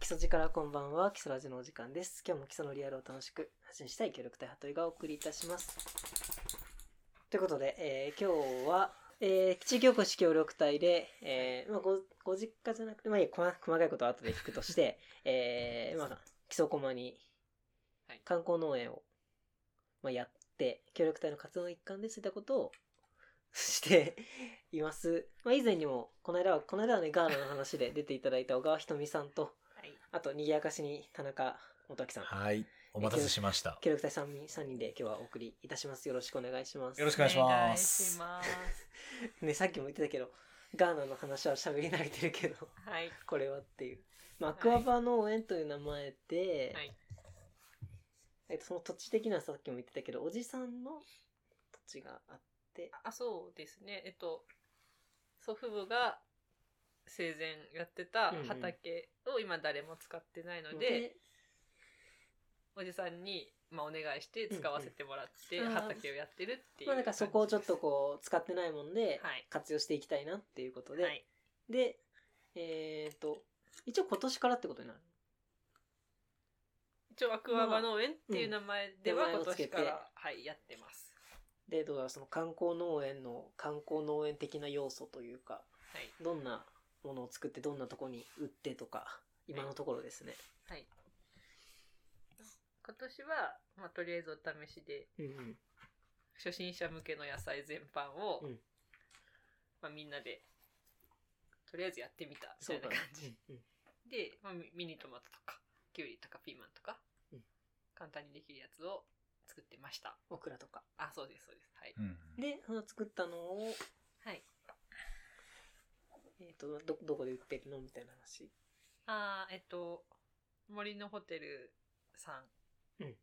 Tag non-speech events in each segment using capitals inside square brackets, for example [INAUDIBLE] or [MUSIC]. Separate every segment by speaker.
Speaker 1: 基礎力こんばんは基礎ラジのお時間です今日も基礎のリアルを楽しく発信したい協力隊ハトイがお送りいたしますということで、えー今日は、えー地域おこし協力隊で、えーまあ、ごご実家じゃなくて、まあ、いいや細細かいことは後で聞くとして、 [LAUGHS] えーまあ、基礎駒に
Speaker 2: はい
Speaker 1: 観光農園を、まあ、やって協力隊の活動の一環でそういったことを [LAUGHS] しています、まあ、以前にもこの間はこの間はねガーナの話で出ていただいた小川ひとみさんと
Speaker 2: はい。
Speaker 1: あと、にぎやかしに田中元明さん。
Speaker 3: はい。お待たせしました。
Speaker 1: 協力隊三人三人で今日はお送りいたします。よろしくお願いします。
Speaker 3: よろしくお願いします
Speaker 2: お願いします
Speaker 1: ね、さっきも言ってたけど、ガーナの話は喋り慣れてるけど、 [LAUGHS]
Speaker 2: はい。
Speaker 1: これはっていう。まあ、アクアバ農園という名前で、
Speaker 2: はい。
Speaker 1: えっと、その土地的にはさっきも言ってたけど、おじさんの土地があって、
Speaker 2: あ、そうですね。えっと、祖父母が生前やってた
Speaker 1: うんうん
Speaker 2: 畑を今誰も使ってないので、おじさんに、まあ、お願いして使わせてもらって
Speaker 1: うんうんあー
Speaker 2: 畑をやってるっていう感じです。
Speaker 1: まあなんかそこをちょっとこう、使ってないもんで、
Speaker 2: はい
Speaker 1: 活用していきたいなっていうことで、
Speaker 2: はい。
Speaker 1: で、えっと、一応今年からってことになる
Speaker 2: 一応、アクアバ農園っていう名前では
Speaker 1: うん
Speaker 2: 今年から、
Speaker 1: 名前を
Speaker 2: はい、やってます。
Speaker 1: でどうだろうその観光農園の観光農園的な要素というか
Speaker 2: はい。
Speaker 1: どんなものを作ってどんなとこに売ってとか今のところですね、
Speaker 2: はい。今年は、まあ、とりあえずお試しで、
Speaker 1: うん
Speaker 2: 初心者向けの野菜全般を、
Speaker 1: うん
Speaker 2: まあ、みんなでとりあえずやってみたみた
Speaker 1: そう
Speaker 2: いな
Speaker 1: だね
Speaker 2: 感じ、
Speaker 1: うんうん
Speaker 2: で、まあ、ミミニトマトとかきゅうりとかピーマンとか、
Speaker 1: うん
Speaker 2: 簡単にできるやつを作ってました
Speaker 1: オクラとか
Speaker 2: あそうですそうですはい、
Speaker 3: うん。
Speaker 1: でその作ったのを、
Speaker 2: はい
Speaker 1: えー、とどどこで売ってるのみたいな話
Speaker 2: あーえっと森のホテルさん
Speaker 1: うん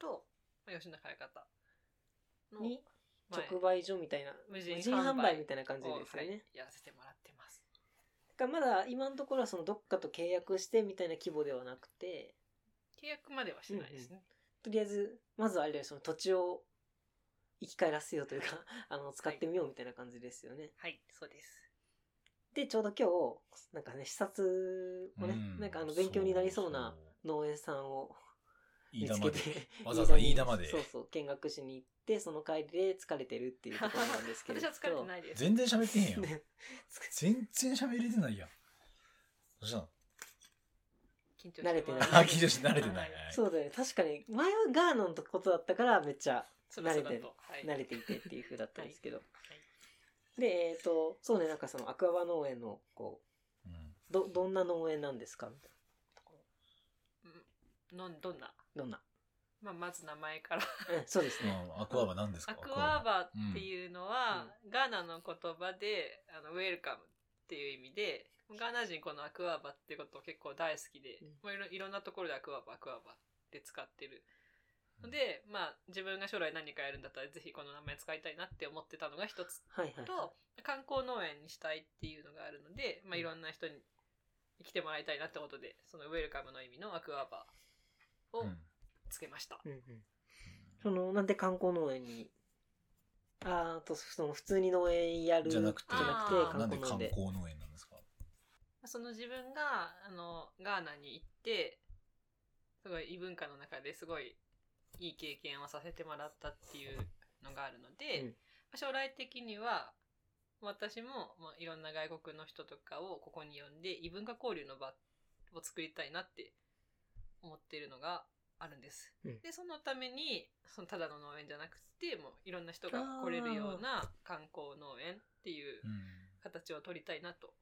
Speaker 2: と、まあ、吉野から方の
Speaker 1: に
Speaker 2: 前
Speaker 1: 直売所みたいな
Speaker 2: 無人販売
Speaker 1: みたいな感じ
Speaker 2: を
Speaker 1: ですよね、
Speaker 2: はいやらせてもらってます
Speaker 1: だからまだ今のところはそのどっかと契約してみたいな規模ではなくて
Speaker 2: 契約まではしないですね、
Speaker 1: とりあえずまずあれだよその土地を生き返らせようというか [LAUGHS] あの使ってみようみたいな感じですよね、
Speaker 2: はいそうです
Speaker 1: でちょうど今日なんかね視察もね、
Speaker 3: う
Speaker 1: なんかあの勉強になりそうな。農園さんを
Speaker 3: そう
Speaker 1: 見
Speaker 3: そう
Speaker 1: つけて
Speaker 3: 飯田まで。
Speaker 1: [LAUGHS]
Speaker 3: わざわざ飯田まで
Speaker 1: そうそう見学しに行ってその帰りで疲れてるっていうところなんですけれ
Speaker 2: [LAUGHS] 私
Speaker 1: ど
Speaker 2: は疲れてないです
Speaker 3: 全然喋ってへん
Speaker 1: [LAUGHS]
Speaker 3: よ。
Speaker 1: ね
Speaker 3: 全然喋れてないやん。ど
Speaker 1: [LAUGHS]
Speaker 3: うしたの
Speaker 2: 緊張してま
Speaker 1: 慣
Speaker 2: す
Speaker 1: れてない
Speaker 3: あ、緊張して慣れてない。
Speaker 1: [LAUGHS]
Speaker 2: は
Speaker 1: そうだよね確かに前はガーナのことだったからめっちゃ
Speaker 2: そろそろだ
Speaker 1: 慣れて
Speaker 2: とはい
Speaker 1: 慣れていてっていう風だったんですけど、
Speaker 2: はい
Speaker 1: でえっ、とそうねなんかそのアクアバ農園のこ
Speaker 3: うん
Speaker 1: うどどんな農園なんですかみたい
Speaker 2: うんのどんな、
Speaker 1: などんな
Speaker 2: まあ、まず名前から
Speaker 1: うんそうですね、
Speaker 3: うんアクアバ何です
Speaker 2: ア
Speaker 3: か
Speaker 2: クアー
Speaker 3: バ。
Speaker 2: バっていうのは、ガーナの言葉であのウェルカムっていう意味でガーナ人このアクアーバってこと結構大好きで、
Speaker 1: うん
Speaker 2: もういろいろんなところでアクアーバアクアーバって使ってるので、まあ自分が将来何かやるんだったらぜひこの名前使いたいなって思ってたのが一つ
Speaker 1: はいはい
Speaker 2: と観光農園にしたいっていうのがあるので、まあ、いろんな人に来てもらいたいなってことでそのウェルカムの意味のアクアバーを
Speaker 3: うん
Speaker 2: つけました、
Speaker 1: うんうん、そのなんで観光農園にあーあとその普通に農園やる
Speaker 3: じゃなくて、
Speaker 1: じゃなく
Speaker 2: あー
Speaker 1: て
Speaker 3: なんで
Speaker 1: 観光農園
Speaker 3: 観
Speaker 1: で
Speaker 3: 光農園なんですか
Speaker 2: その自分があのガーナに行ってすごい異文化の中ですごいいい経験をさせてもらったっていうのがあるので、
Speaker 1: うん
Speaker 2: まあ将来的には私も、まあ、いろんな外国の人とかをここに呼んで異文化交流の場を作りたいなって思っているのがあるんです。
Speaker 1: うん
Speaker 2: でそのためにそのただの農園じゃなくてもういろんな人が来れるような観光農園っていう形を取りたいなと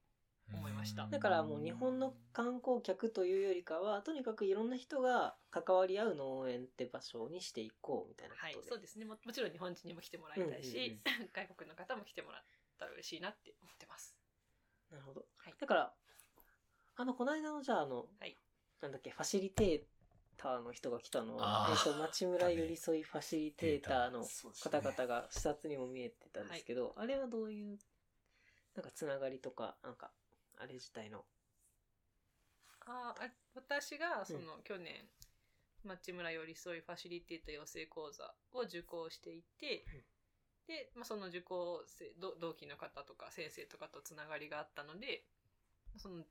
Speaker 2: 思いました
Speaker 1: だからもう日本の観光客というよりかはとにかくいろんな人が関わり合う農園って場所にしていこうみたいな
Speaker 2: はい
Speaker 1: こ、とで、
Speaker 2: そうですねも。もちろん日本人にも来てもらいたいし、 [LAUGHS] 外国の方も来てもらったら嬉しいなって思ってます。
Speaker 1: なるほど、
Speaker 2: はい
Speaker 1: だからあのこの間のじゃああの、
Speaker 2: はい
Speaker 1: なんだっけファシリテーターの人が来たのは
Speaker 3: あ、
Speaker 1: え
Speaker 3: ー
Speaker 1: っと町村寄り添いファシリテーターの方
Speaker 3: 々
Speaker 1: 々が視察にも見えてたんですけど、あれはどういうなんかつながりとかなんかあれ自体の
Speaker 2: あーあ、私がその、去年、町村寄り添いファシリテーター養成講座を受講していて、
Speaker 1: うん
Speaker 2: で、まあ、その受講生同同期の方とか先生とかとつながりがあったので、その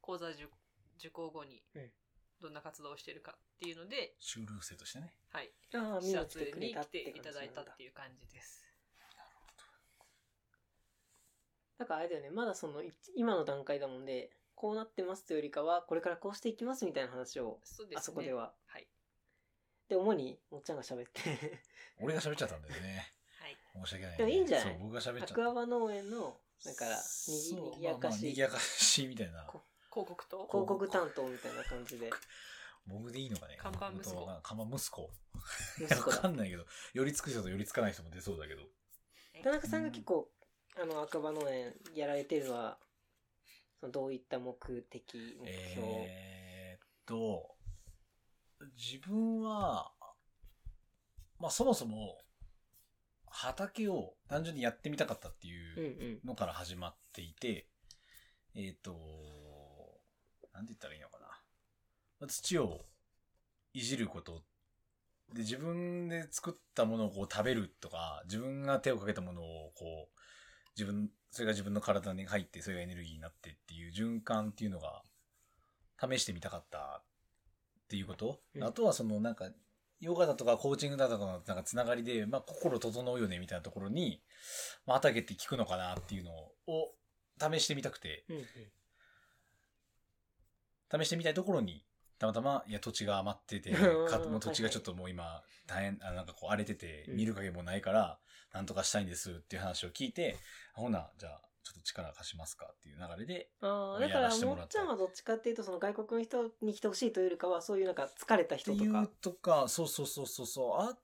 Speaker 2: 講座受受講後に
Speaker 1: うん
Speaker 2: どんな活動をしてるかっていうので、
Speaker 3: 修了生としてね。
Speaker 2: はい、
Speaker 1: ああ、見
Speaker 2: 視
Speaker 1: に来
Speaker 2: 察
Speaker 1: てくれ
Speaker 2: に
Speaker 1: た
Speaker 2: 来
Speaker 1: ってて
Speaker 2: い
Speaker 1: 感じ
Speaker 2: た
Speaker 1: なんだ。
Speaker 2: だいたっていう感じです。
Speaker 1: なんかあれだよね、まだその、い今の段階だもんで、こうなってますというよりかは、これからこうしていきますみたいな話を、
Speaker 2: そうですね。
Speaker 1: あそこで。は。
Speaker 2: はい。
Speaker 1: で、主に、もっちゃんが喋って、
Speaker 3: 俺が喋っちゃったんだよね。
Speaker 2: はい。
Speaker 3: 申し訳ない、ね。
Speaker 1: でもいいんじゃない
Speaker 3: そう、僕が喋っちゃっ
Speaker 1: ア
Speaker 3: た。
Speaker 1: クアバ農園の、だから、にぎ
Speaker 3: そう
Speaker 1: にぎやか
Speaker 3: まあまあ
Speaker 1: しい
Speaker 3: にぎやかしみたいな。
Speaker 1: こ
Speaker 2: 広告と
Speaker 1: 広告担当みたいな感じで、
Speaker 3: 僕でいいのかね。
Speaker 2: 看板息子
Speaker 3: 僕とな看板息子。
Speaker 1: 息子
Speaker 3: わか
Speaker 1: だ。
Speaker 3: んないけど、寄りつく人と寄りつかない人も出そうだけど。
Speaker 1: 田中さんが結構、あの、アクアバ農園やられてるのは、そのどういった目的、目標、
Speaker 3: えー、っと、自分は、まあそもそも、畑を単純にやってみたかったっていう、
Speaker 1: うんうん。
Speaker 3: のから始まっていて、えっ、と、なんて言ったらいいのかなまあ。土をいじること。で、自分で作ったものをこう食べるとか、自分が手をかけたものをこう、自分、それが自分の体に入って、それがエネルギーになってっていう循環っていうのが、試してみたかったっていうこと。
Speaker 1: うん
Speaker 3: あとはそのなんか、ヨガだとかコーチングだとかのなんかつながりで、まあ心整うよねみたいなところに、まあ、畑って効くのかなっていうのを試してみたくて、
Speaker 1: うんうん。
Speaker 3: 試してみたいところに、たまたま、いや、土地が余ってて、
Speaker 1: [LAUGHS] うん
Speaker 3: か
Speaker 1: うん
Speaker 3: もう土地がちょっともう今、大変、あなんかこう荒れてて、
Speaker 1: うん
Speaker 3: 見る影もないから、なんとかしたいんですっていう話を聞いて、あほな、じゃあ、ちょっと力貸しますかっていう流れで、
Speaker 1: ああ、だ
Speaker 3: や
Speaker 1: からら、
Speaker 3: せて
Speaker 1: も
Speaker 3: もら
Speaker 1: っ
Speaker 3: っ
Speaker 1: ち
Speaker 3: た
Speaker 1: ゃんはどっちかっていうと、その外国の人に来てほしいというよりかは、そういうなんか疲れた
Speaker 3: って
Speaker 1: 人と
Speaker 3: いう
Speaker 1: か。
Speaker 3: とか、そうそうそうそうそう、あ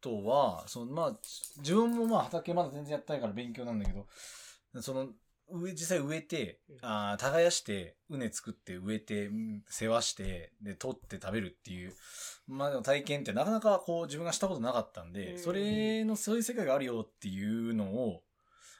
Speaker 3: とは、そのまあ、自分もまあ畑まだ全然やってないから勉強なんだけど、その、植え、実際植えて
Speaker 1: うん、
Speaker 3: あー耕して、畝作って、植えて、うん世話して、で、取って食べるっていう、まあでも体験ってなかなかこう自分がしたことなかったんで、
Speaker 1: うん
Speaker 3: それの、そういう世界があるよっていうのを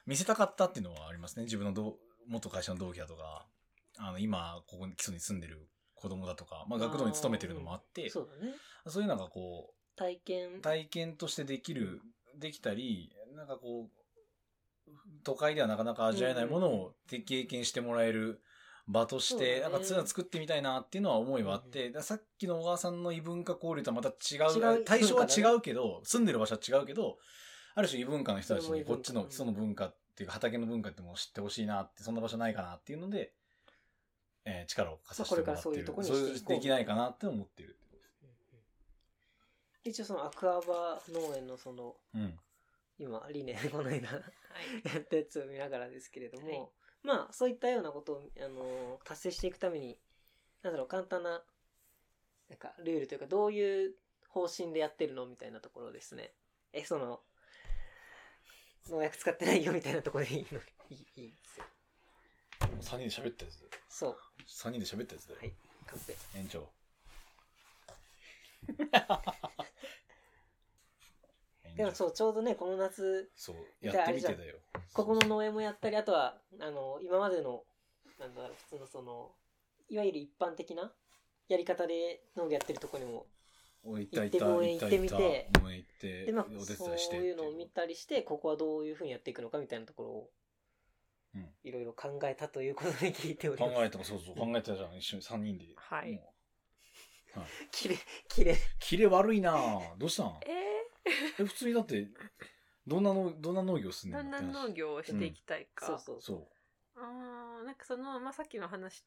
Speaker 3: 見せたかったっていうのはありますね。自分のどう元会社の同期だとか、あの、今、ここに基礎に住んでる子供だとか、まあ学童に勤めてるのもあって、
Speaker 1: そうだね。
Speaker 3: そういうのがこ
Speaker 1: 体験
Speaker 3: う、。体験としてできる、できたり、なんかこう、都会ではなかなか味わえないものをて経験してもらえる場とし
Speaker 1: そう
Speaker 3: て、
Speaker 1: だ
Speaker 3: な
Speaker 1: ね
Speaker 3: んかそういうの作ってみたいなっていうのは思いはあって、だからさっきの小川さんの異文化交流とはまた違
Speaker 1: 違う
Speaker 3: う、
Speaker 1: 文化
Speaker 3: 対象は
Speaker 1: だね
Speaker 3: 違うけど、住んでる場所は違うけど、ある種異文化の人たちにこっちの基礎の文化っていうか畑の文化ってものを知ってほしいなって、そんな場所ないかなっていうので、えー力を貸させてもら
Speaker 1: まあ
Speaker 3: ってる。
Speaker 1: これからそういうとこに
Speaker 3: そう
Speaker 1: していこう
Speaker 3: できないかなって思ってる。
Speaker 1: 一応そのアクアバ農園のその、
Speaker 3: うん。
Speaker 1: 今、理念、この間
Speaker 2: はい。
Speaker 1: [LAUGHS] やったやつを見ながらですけれども、
Speaker 2: はい
Speaker 1: まあ、そういったようなことを、あのー達成していくために、なんだろう、簡単な、なんか、ルールというか、どういう方針でやってるのみたいなところですね。え、その、農薬使ってないよみたいなところでいいの、いい、いいんですよ。
Speaker 3: もう3人で喋ったやつだよ。
Speaker 1: そう、
Speaker 3: 3人で喋ったやつだよ。
Speaker 1: はいカンペ。
Speaker 3: 園長。園
Speaker 1: [LAUGHS] でも
Speaker 3: 長
Speaker 1: そう、ちょうどね、この夏、
Speaker 3: そう、やってみてだよ。
Speaker 1: ここの農園もやったり、あとは、あの、今までの、なんだろう、普通のその、いわゆる一般的なやり方で農業やってるとこにも、
Speaker 3: おい行っ
Speaker 1: 行って
Speaker 3: た
Speaker 1: 公園
Speaker 3: 行っ
Speaker 1: 行
Speaker 3: た
Speaker 1: ってみて
Speaker 3: 行った公園行って
Speaker 1: で、まあ、
Speaker 3: お手伝いし
Speaker 1: そ
Speaker 3: て
Speaker 1: う
Speaker 3: って
Speaker 1: いうのを見たりして、ここはどういうふうにやっていくのかみたいなところを
Speaker 3: うん、
Speaker 1: いろいろ考えたということで聞いており
Speaker 3: 考
Speaker 1: ます。
Speaker 3: えてもそうそう考えてたじゃん一緒に3人で
Speaker 2: はい
Speaker 3: も
Speaker 1: きれい、きれい。
Speaker 3: うキレ悪いなぁどうしたん
Speaker 2: え
Speaker 3: え普通にだってどんなのどんな農業すん
Speaker 2: ー、
Speaker 3: ね
Speaker 2: ど
Speaker 3: ん
Speaker 2: ん
Speaker 3: のっ
Speaker 2: な
Speaker 3: て話
Speaker 2: 農業をしていきたいか。
Speaker 1: そうそうそう。
Speaker 3: そう
Speaker 2: あーなんかその、まあ、さっきの話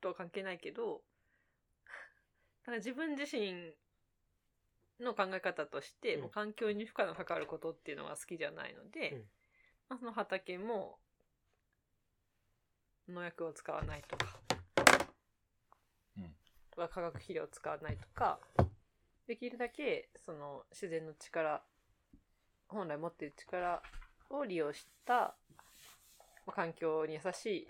Speaker 2: とは関係ないけど、 [LAUGHS] なんか自分自身の考え方として、
Speaker 1: うん
Speaker 2: もう環境に負荷のかかることっていうのが好きじゃないので、
Speaker 1: うん
Speaker 2: まあ、その畑も農薬を使わないとか、
Speaker 3: うん
Speaker 2: は化学肥料を使わないとか、できるだけその自然の力、本来持っている力を利用したまあ環境に優しい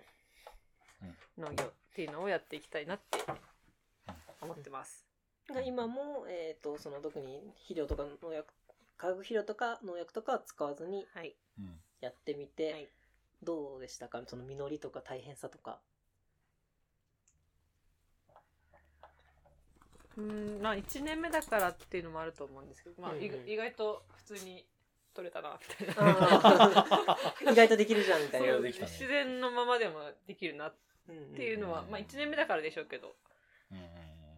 Speaker 2: 農業っていうのをやっていきたいなって思ってます。
Speaker 1: だから今も、えっ、と、その、特に肥料とか農薬、化学肥料とか農薬とかは使わずに
Speaker 2: はい。
Speaker 3: うん
Speaker 1: やってみて、
Speaker 2: はい
Speaker 1: どうでしたかその実りとか大変さとか。
Speaker 2: うん、まあ1年目だからっていうのもあると思うんですけど、まあ、い
Speaker 1: うんうん
Speaker 2: 意外と普通に取れたな、みたいな。 [LAUGHS]
Speaker 1: あー [LAUGHS] 意外とできるじゃんみたい
Speaker 3: そ
Speaker 1: な
Speaker 3: れ
Speaker 2: そ
Speaker 3: は
Speaker 2: う
Speaker 3: できたね
Speaker 2: 自然のままでもできるなっ
Speaker 1: っ
Speaker 2: っていうのは、
Speaker 3: うん
Speaker 2: まあ1年目だからでしょうけど、
Speaker 3: うんうん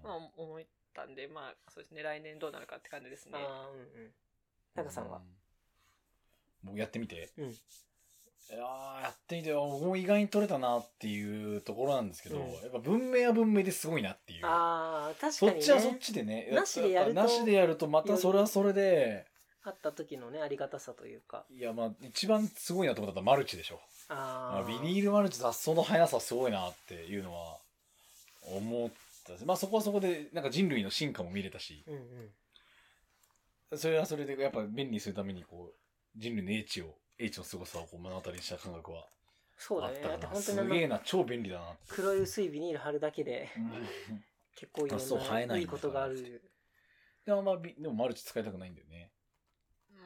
Speaker 2: まあ思ったんで、まあそうですね、来年どうなるかって感じですね。
Speaker 1: ああうんうんタカさんは
Speaker 3: 僕やってみて、
Speaker 1: うん
Speaker 3: いやーやってみて僕も意外に取れたなっていうところなんですけど、
Speaker 1: うん
Speaker 3: やっぱ文明は文明ですごいなっていう
Speaker 1: あー確か
Speaker 3: そ
Speaker 1: に、
Speaker 3: っ
Speaker 1: ね、
Speaker 3: ちはそっちでね
Speaker 1: なしでやると
Speaker 3: っぱなしでやるとまたそれはそれで
Speaker 1: 会った時のねありがたさというか
Speaker 3: いやまあ一番すごいなと思ったのはマルチでしょ
Speaker 1: あ
Speaker 3: まあ
Speaker 1: あ
Speaker 3: ビニールマルチ雑草の速さすごいなっていうのは思ったしまあそこはそこでなんか人類の進化も見れたし
Speaker 1: うんうん
Speaker 3: それはそれでやっぱ便利にするためにこう人類の英知を英知の凄さをこう目の当たりにした感覚は
Speaker 1: そう
Speaker 3: あ
Speaker 1: だ
Speaker 3: っ
Speaker 1: ねだ
Speaker 3: た
Speaker 1: って
Speaker 3: かな
Speaker 1: 本当
Speaker 3: す
Speaker 1: にあの
Speaker 3: げえな超便利
Speaker 1: [LAUGHS]
Speaker 3: だな
Speaker 1: 黒い薄いビニール貼るだけで結構いろ
Speaker 3: 雑草生え
Speaker 1: ん
Speaker 3: な
Speaker 1: ないい
Speaker 3: んだ
Speaker 1: いことがある、
Speaker 3: でもまあビでもマルチ使いたくないんだよね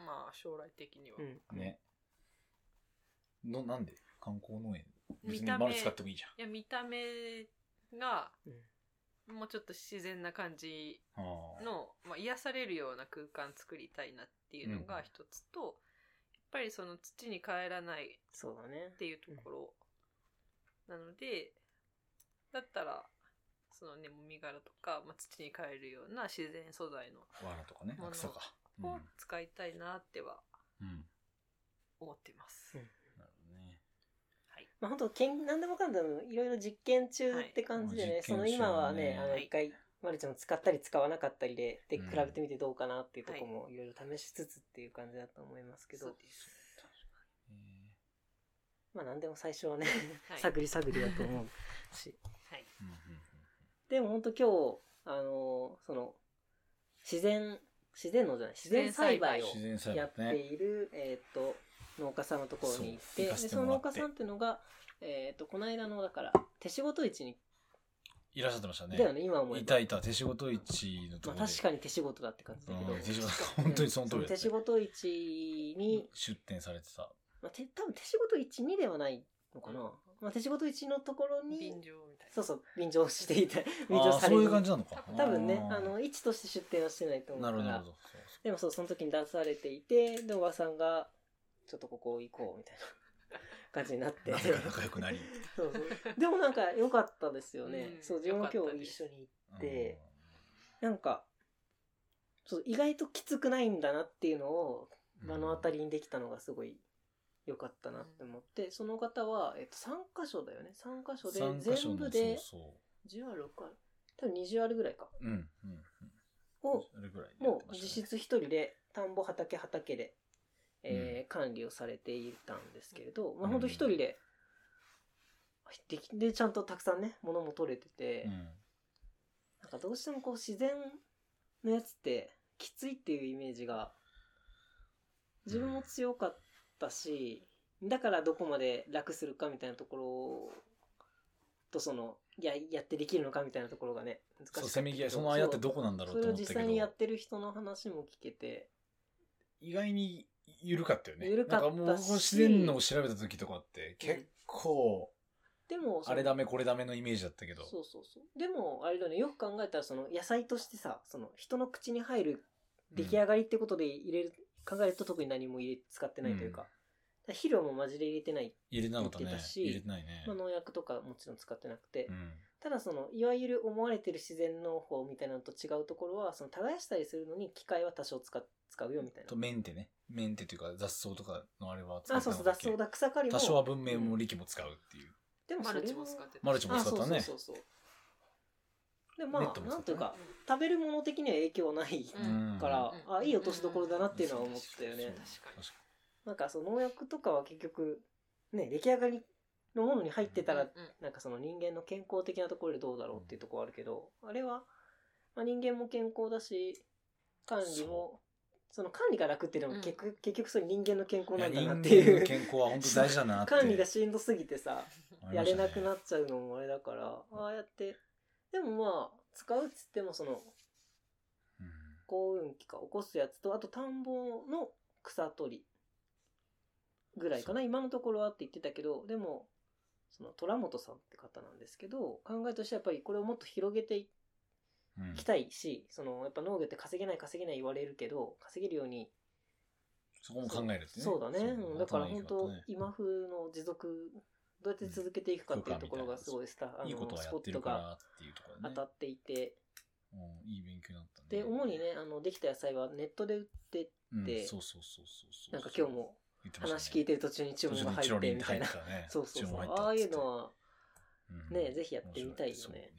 Speaker 2: まあ将来的には
Speaker 1: う。ん、
Speaker 3: ねのなんで観光農園別
Speaker 2: 見
Speaker 3: に
Speaker 2: た
Speaker 3: マ
Speaker 2: 目、
Speaker 3: ル
Speaker 2: い
Speaker 3: チ使ってもいいじ
Speaker 2: や見た目が
Speaker 1: うん
Speaker 2: もうちょっと自然な感じ
Speaker 3: ゃんああ
Speaker 2: の、まあ、癒されるような空間作りたいなっていうの
Speaker 3: う
Speaker 2: が
Speaker 3: ん
Speaker 2: 一つと、やっぱりその土に帰らない
Speaker 1: そうだね
Speaker 2: っていうところなので、だったらそのねもみ殻とか、まあ、土に変えるような自然素材の
Speaker 3: 罠とかね
Speaker 2: もの
Speaker 3: 草かうん
Speaker 2: を使いたいなっては
Speaker 3: うん
Speaker 2: 思ってます。
Speaker 1: うん
Speaker 3: なるほどね
Speaker 2: はい、
Speaker 1: まあ本当けん何でもかんでもいろいろ実験中って感じでね、
Speaker 3: はい
Speaker 1: その今はね
Speaker 3: 実験中
Speaker 1: あ
Speaker 3: はね
Speaker 1: の一回マルちゃんを使ったり使わなかったりでで比
Speaker 3: うん
Speaker 1: べてみてどうかなっていうとこもいろいろ試しつつっていう感じだと思いますけど、
Speaker 2: そうです。
Speaker 3: えー
Speaker 1: まあ何でも最初はね、
Speaker 2: はい
Speaker 1: 探り探りだと思うし
Speaker 2: はい、
Speaker 3: うんうん
Speaker 1: でも本当今日あのその自然自然のじゃない自然栽培を
Speaker 3: うん自然栽
Speaker 1: や
Speaker 3: 培
Speaker 1: って
Speaker 3: ね
Speaker 1: いる、えー、と農家さんのところに行っ
Speaker 3: そう
Speaker 1: て
Speaker 3: 行
Speaker 1: で
Speaker 3: かせて
Speaker 1: その
Speaker 3: もら
Speaker 1: 農
Speaker 3: って
Speaker 1: 家さんっていうのが、えー、とこの間のだから手仕事市に、
Speaker 3: いらっしゃってましたね
Speaker 1: だよね今思えば
Speaker 3: いたいた手仕事市のと
Speaker 1: まあ、
Speaker 3: ころで
Speaker 1: 確かに手仕事だって感じだけど、
Speaker 3: うん手仕事本当にその通りだった
Speaker 1: 手仕事市に、
Speaker 3: 出店されてた
Speaker 1: まあ、て多分手仕事市にではないのかな、まあ、手仕事市のところ
Speaker 2: 便
Speaker 1: に
Speaker 2: 乗みたいな。
Speaker 1: そうそう便乗していた
Speaker 3: あ
Speaker 1: 便乗
Speaker 3: ー
Speaker 1: され
Speaker 3: そういう感
Speaker 1: る
Speaker 3: じなのか
Speaker 1: 多分ね
Speaker 3: ー
Speaker 1: あの市として出店はしてないと思う
Speaker 3: な
Speaker 1: か
Speaker 3: るほ
Speaker 1: ら
Speaker 3: どなるほどそうそう
Speaker 1: でもそうその時に出されていてでおばさんがちょっとここ行こうみたいな感じになって
Speaker 3: なぜか仲良くなり。
Speaker 1: そうそうでもなんか良かったですよね、
Speaker 2: うん
Speaker 1: そう自分も
Speaker 2: 良か
Speaker 1: 今
Speaker 2: った
Speaker 1: 日
Speaker 2: で
Speaker 1: 一
Speaker 2: す
Speaker 1: 緒にでなんかそう意外ときつくないんだなっていうのを
Speaker 3: うん、
Speaker 1: 目の当た
Speaker 3: り。
Speaker 1: りにできたのがすごい良かったなって思って、その方は、えっと、3箇所だよね3箇所で
Speaker 3: 三箇所
Speaker 1: 全
Speaker 3: の
Speaker 1: 部で
Speaker 3: そうそ
Speaker 1: 10ある6ある多分20あるぐらいか
Speaker 3: う。うんうん。
Speaker 1: を
Speaker 3: それぐらいやっ
Speaker 1: も
Speaker 3: て
Speaker 1: う
Speaker 3: ましたね
Speaker 1: 実質一人で田んぼ畑畑で、えー管理をされていたんですけれど、まあ、
Speaker 3: うん
Speaker 1: 本当一人で,、できでちゃんとたくさんね物も取れてて、
Speaker 3: うん。
Speaker 1: なんかどうしてもこう自然のやつってきついっていうイメージが自分も強かったし、だからどこまで楽するかみたいなところとそのややってできるのかみたいなところがね難しかった
Speaker 3: そ
Speaker 1: け
Speaker 3: う、
Speaker 1: ど
Speaker 3: せめぎ合い、その間ってどこなんだろ
Speaker 1: そうれ
Speaker 3: と
Speaker 1: を
Speaker 3: 思っ
Speaker 1: 実
Speaker 3: たけ
Speaker 1: 際にや
Speaker 3: ど
Speaker 1: っ、てる人の話も聞けて
Speaker 3: 意外に緩かったよね。
Speaker 1: 緩かったし
Speaker 3: なんかもう自然のを調べた時とかって、結構、
Speaker 1: でもそ
Speaker 3: あ
Speaker 1: の
Speaker 3: れダメこれダメのイメージだったけど。
Speaker 1: そうそうそうでもあれだよねよく考えたらその野菜としてさその人の口に入る出来上がりってことで入れる、考えると特に何も入れ使ってないというか,、
Speaker 3: うん
Speaker 1: 肥料も混じり入れてない、
Speaker 3: 入れなかった
Speaker 1: 入れ
Speaker 3: ね
Speaker 1: てた。し
Speaker 3: 入れてないね。
Speaker 1: まあ、農薬とかもちろん使ってなくて、
Speaker 3: うん。
Speaker 1: ただそのいわゆる思われてる自然農法みたいなのと違うところはその耕したりするのに機械は多少使っ使うよみたい
Speaker 3: と、
Speaker 1: な
Speaker 3: メンテね。メンテというか、雑草とかのあれは使
Speaker 1: あ
Speaker 3: って
Speaker 1: そう
Speaker 3: な
Speaker 1: そ
Speaker 3: か
Speaker 1: う
Speaker 3: った
Speaker 1: 雑
Speaker 3: っけ
Speaker 1: 草だ草刈りも
Speaker 3: 多少は文明も力も使うっていう。
Speaker 1: でも
Speaker 2: マ
Speaker 1: それ
Speaker 2: ル
Speaker 1: は
Speaker 2: チも使ってた
Speaker 3: マルチも
Speaker 1: あ
Speaker 3: 使
Speaker 1: そ
Speaker 3: っ
Speaker 1: う
Speaker 3: たね。
Speaker 1: そうそうそうでま
Speaker 3: ネッ
Speaker 1: あ
Speaker 3: トも
Speaker 1: な
Speaker 3: 使
Speaker 1: ん
Speaker 3: ってた
Speaker 1: い
Speaker 3: ね
Speaker 1: うか食べるもの的には影響はない
Speaker 2: うん
Speaker 1: から、
Speaker 2: うん
Speaker 1: あいい落としどころだなっていうのは思ったよね、
Speaker 3: うん
Speaker 2: 確かに
Speaker 3: 確か
Speaker 1: なんかその農薬とかは結局ね出来上がりのものに入ってたら、
Speaker 2: うんうん
Speaker 1: なんかその人間の健康的なところでどうだろうっていうところはあるけど、あれは、まあ、人間も健康だし管理もその管理が楽っていうのも
Speaker 2: うん
Speaker 1: 結局,、結局それ人間の健康
Speaker 3: いや
Speaker 1: なんだ
Speaker 3: 人
Speaker 1: な
Speaker 3: 間
Speaker 1: っ
Speaker 3: の
Speaker 1: ていう
Speaker 3: 健康は本当大事だなっ
Speaker 1: [LAUGHS]
Speaker 3: て。
Speaker 1: 管理がしんどすぎてさ
Speaker 3: 思い
Speaker 1: や
Speaker 3: まし
Speaker 1: れ
Speaker 3: たね
Speaker 1: なくなっちゃうのもあれだからああやってでもまあ使うっつってもその
Speaker 3: うん
Speaker 1: 幸運期か起こすやつとあと田んぼの草取りぐらいかな今のところはって言ってたけどでもその虎本さんって方なんですけど考えとしてはやっぱりこれをもっと広げてい
Speaker 3: うん
Speaker 1: きたいし、そのやっぱ農業って稼げない稼げない言われるけど稼げるように
Speaker 3: そこも考えるってね。
Speaker 1: そうだねうんだから本当
Speaker 3: 頭いい方ね
Speaker 1: 今風の持続どうやって続けていくかっていうところがすごいスタ
Speaker 3: いいことは
Speaker 1: ス
Speaker 3: や
Speaker 1: ポ
Speaker 3: って
Speaker 1: ッ
Speaker 3: る
Speaker 1: ト
Speaker 3: か
Speaker 1: が
Speaker 3: らっていうところ
Speaker 1: 当
Speaker 3: でね
Speaker 1: た。っていて、
Speaker 3: うん、いい勉強になったね。
Speaker 1: で、主にね、あの、できた野菜はネットで売って、
Speaker 3: うん、
Speaker 1: で
Speaker 3: そうそうそうそうそう。
Speaker 1: なんか今日も
Speaker 3: 言ってましたね
Speaker 1: 話聞いてる途中に注文が入ってみたいな。。 [LAUGHS] そうそうそう。ああいうのは、ねぜひやってみたいよね
Speaker 3: 面白そう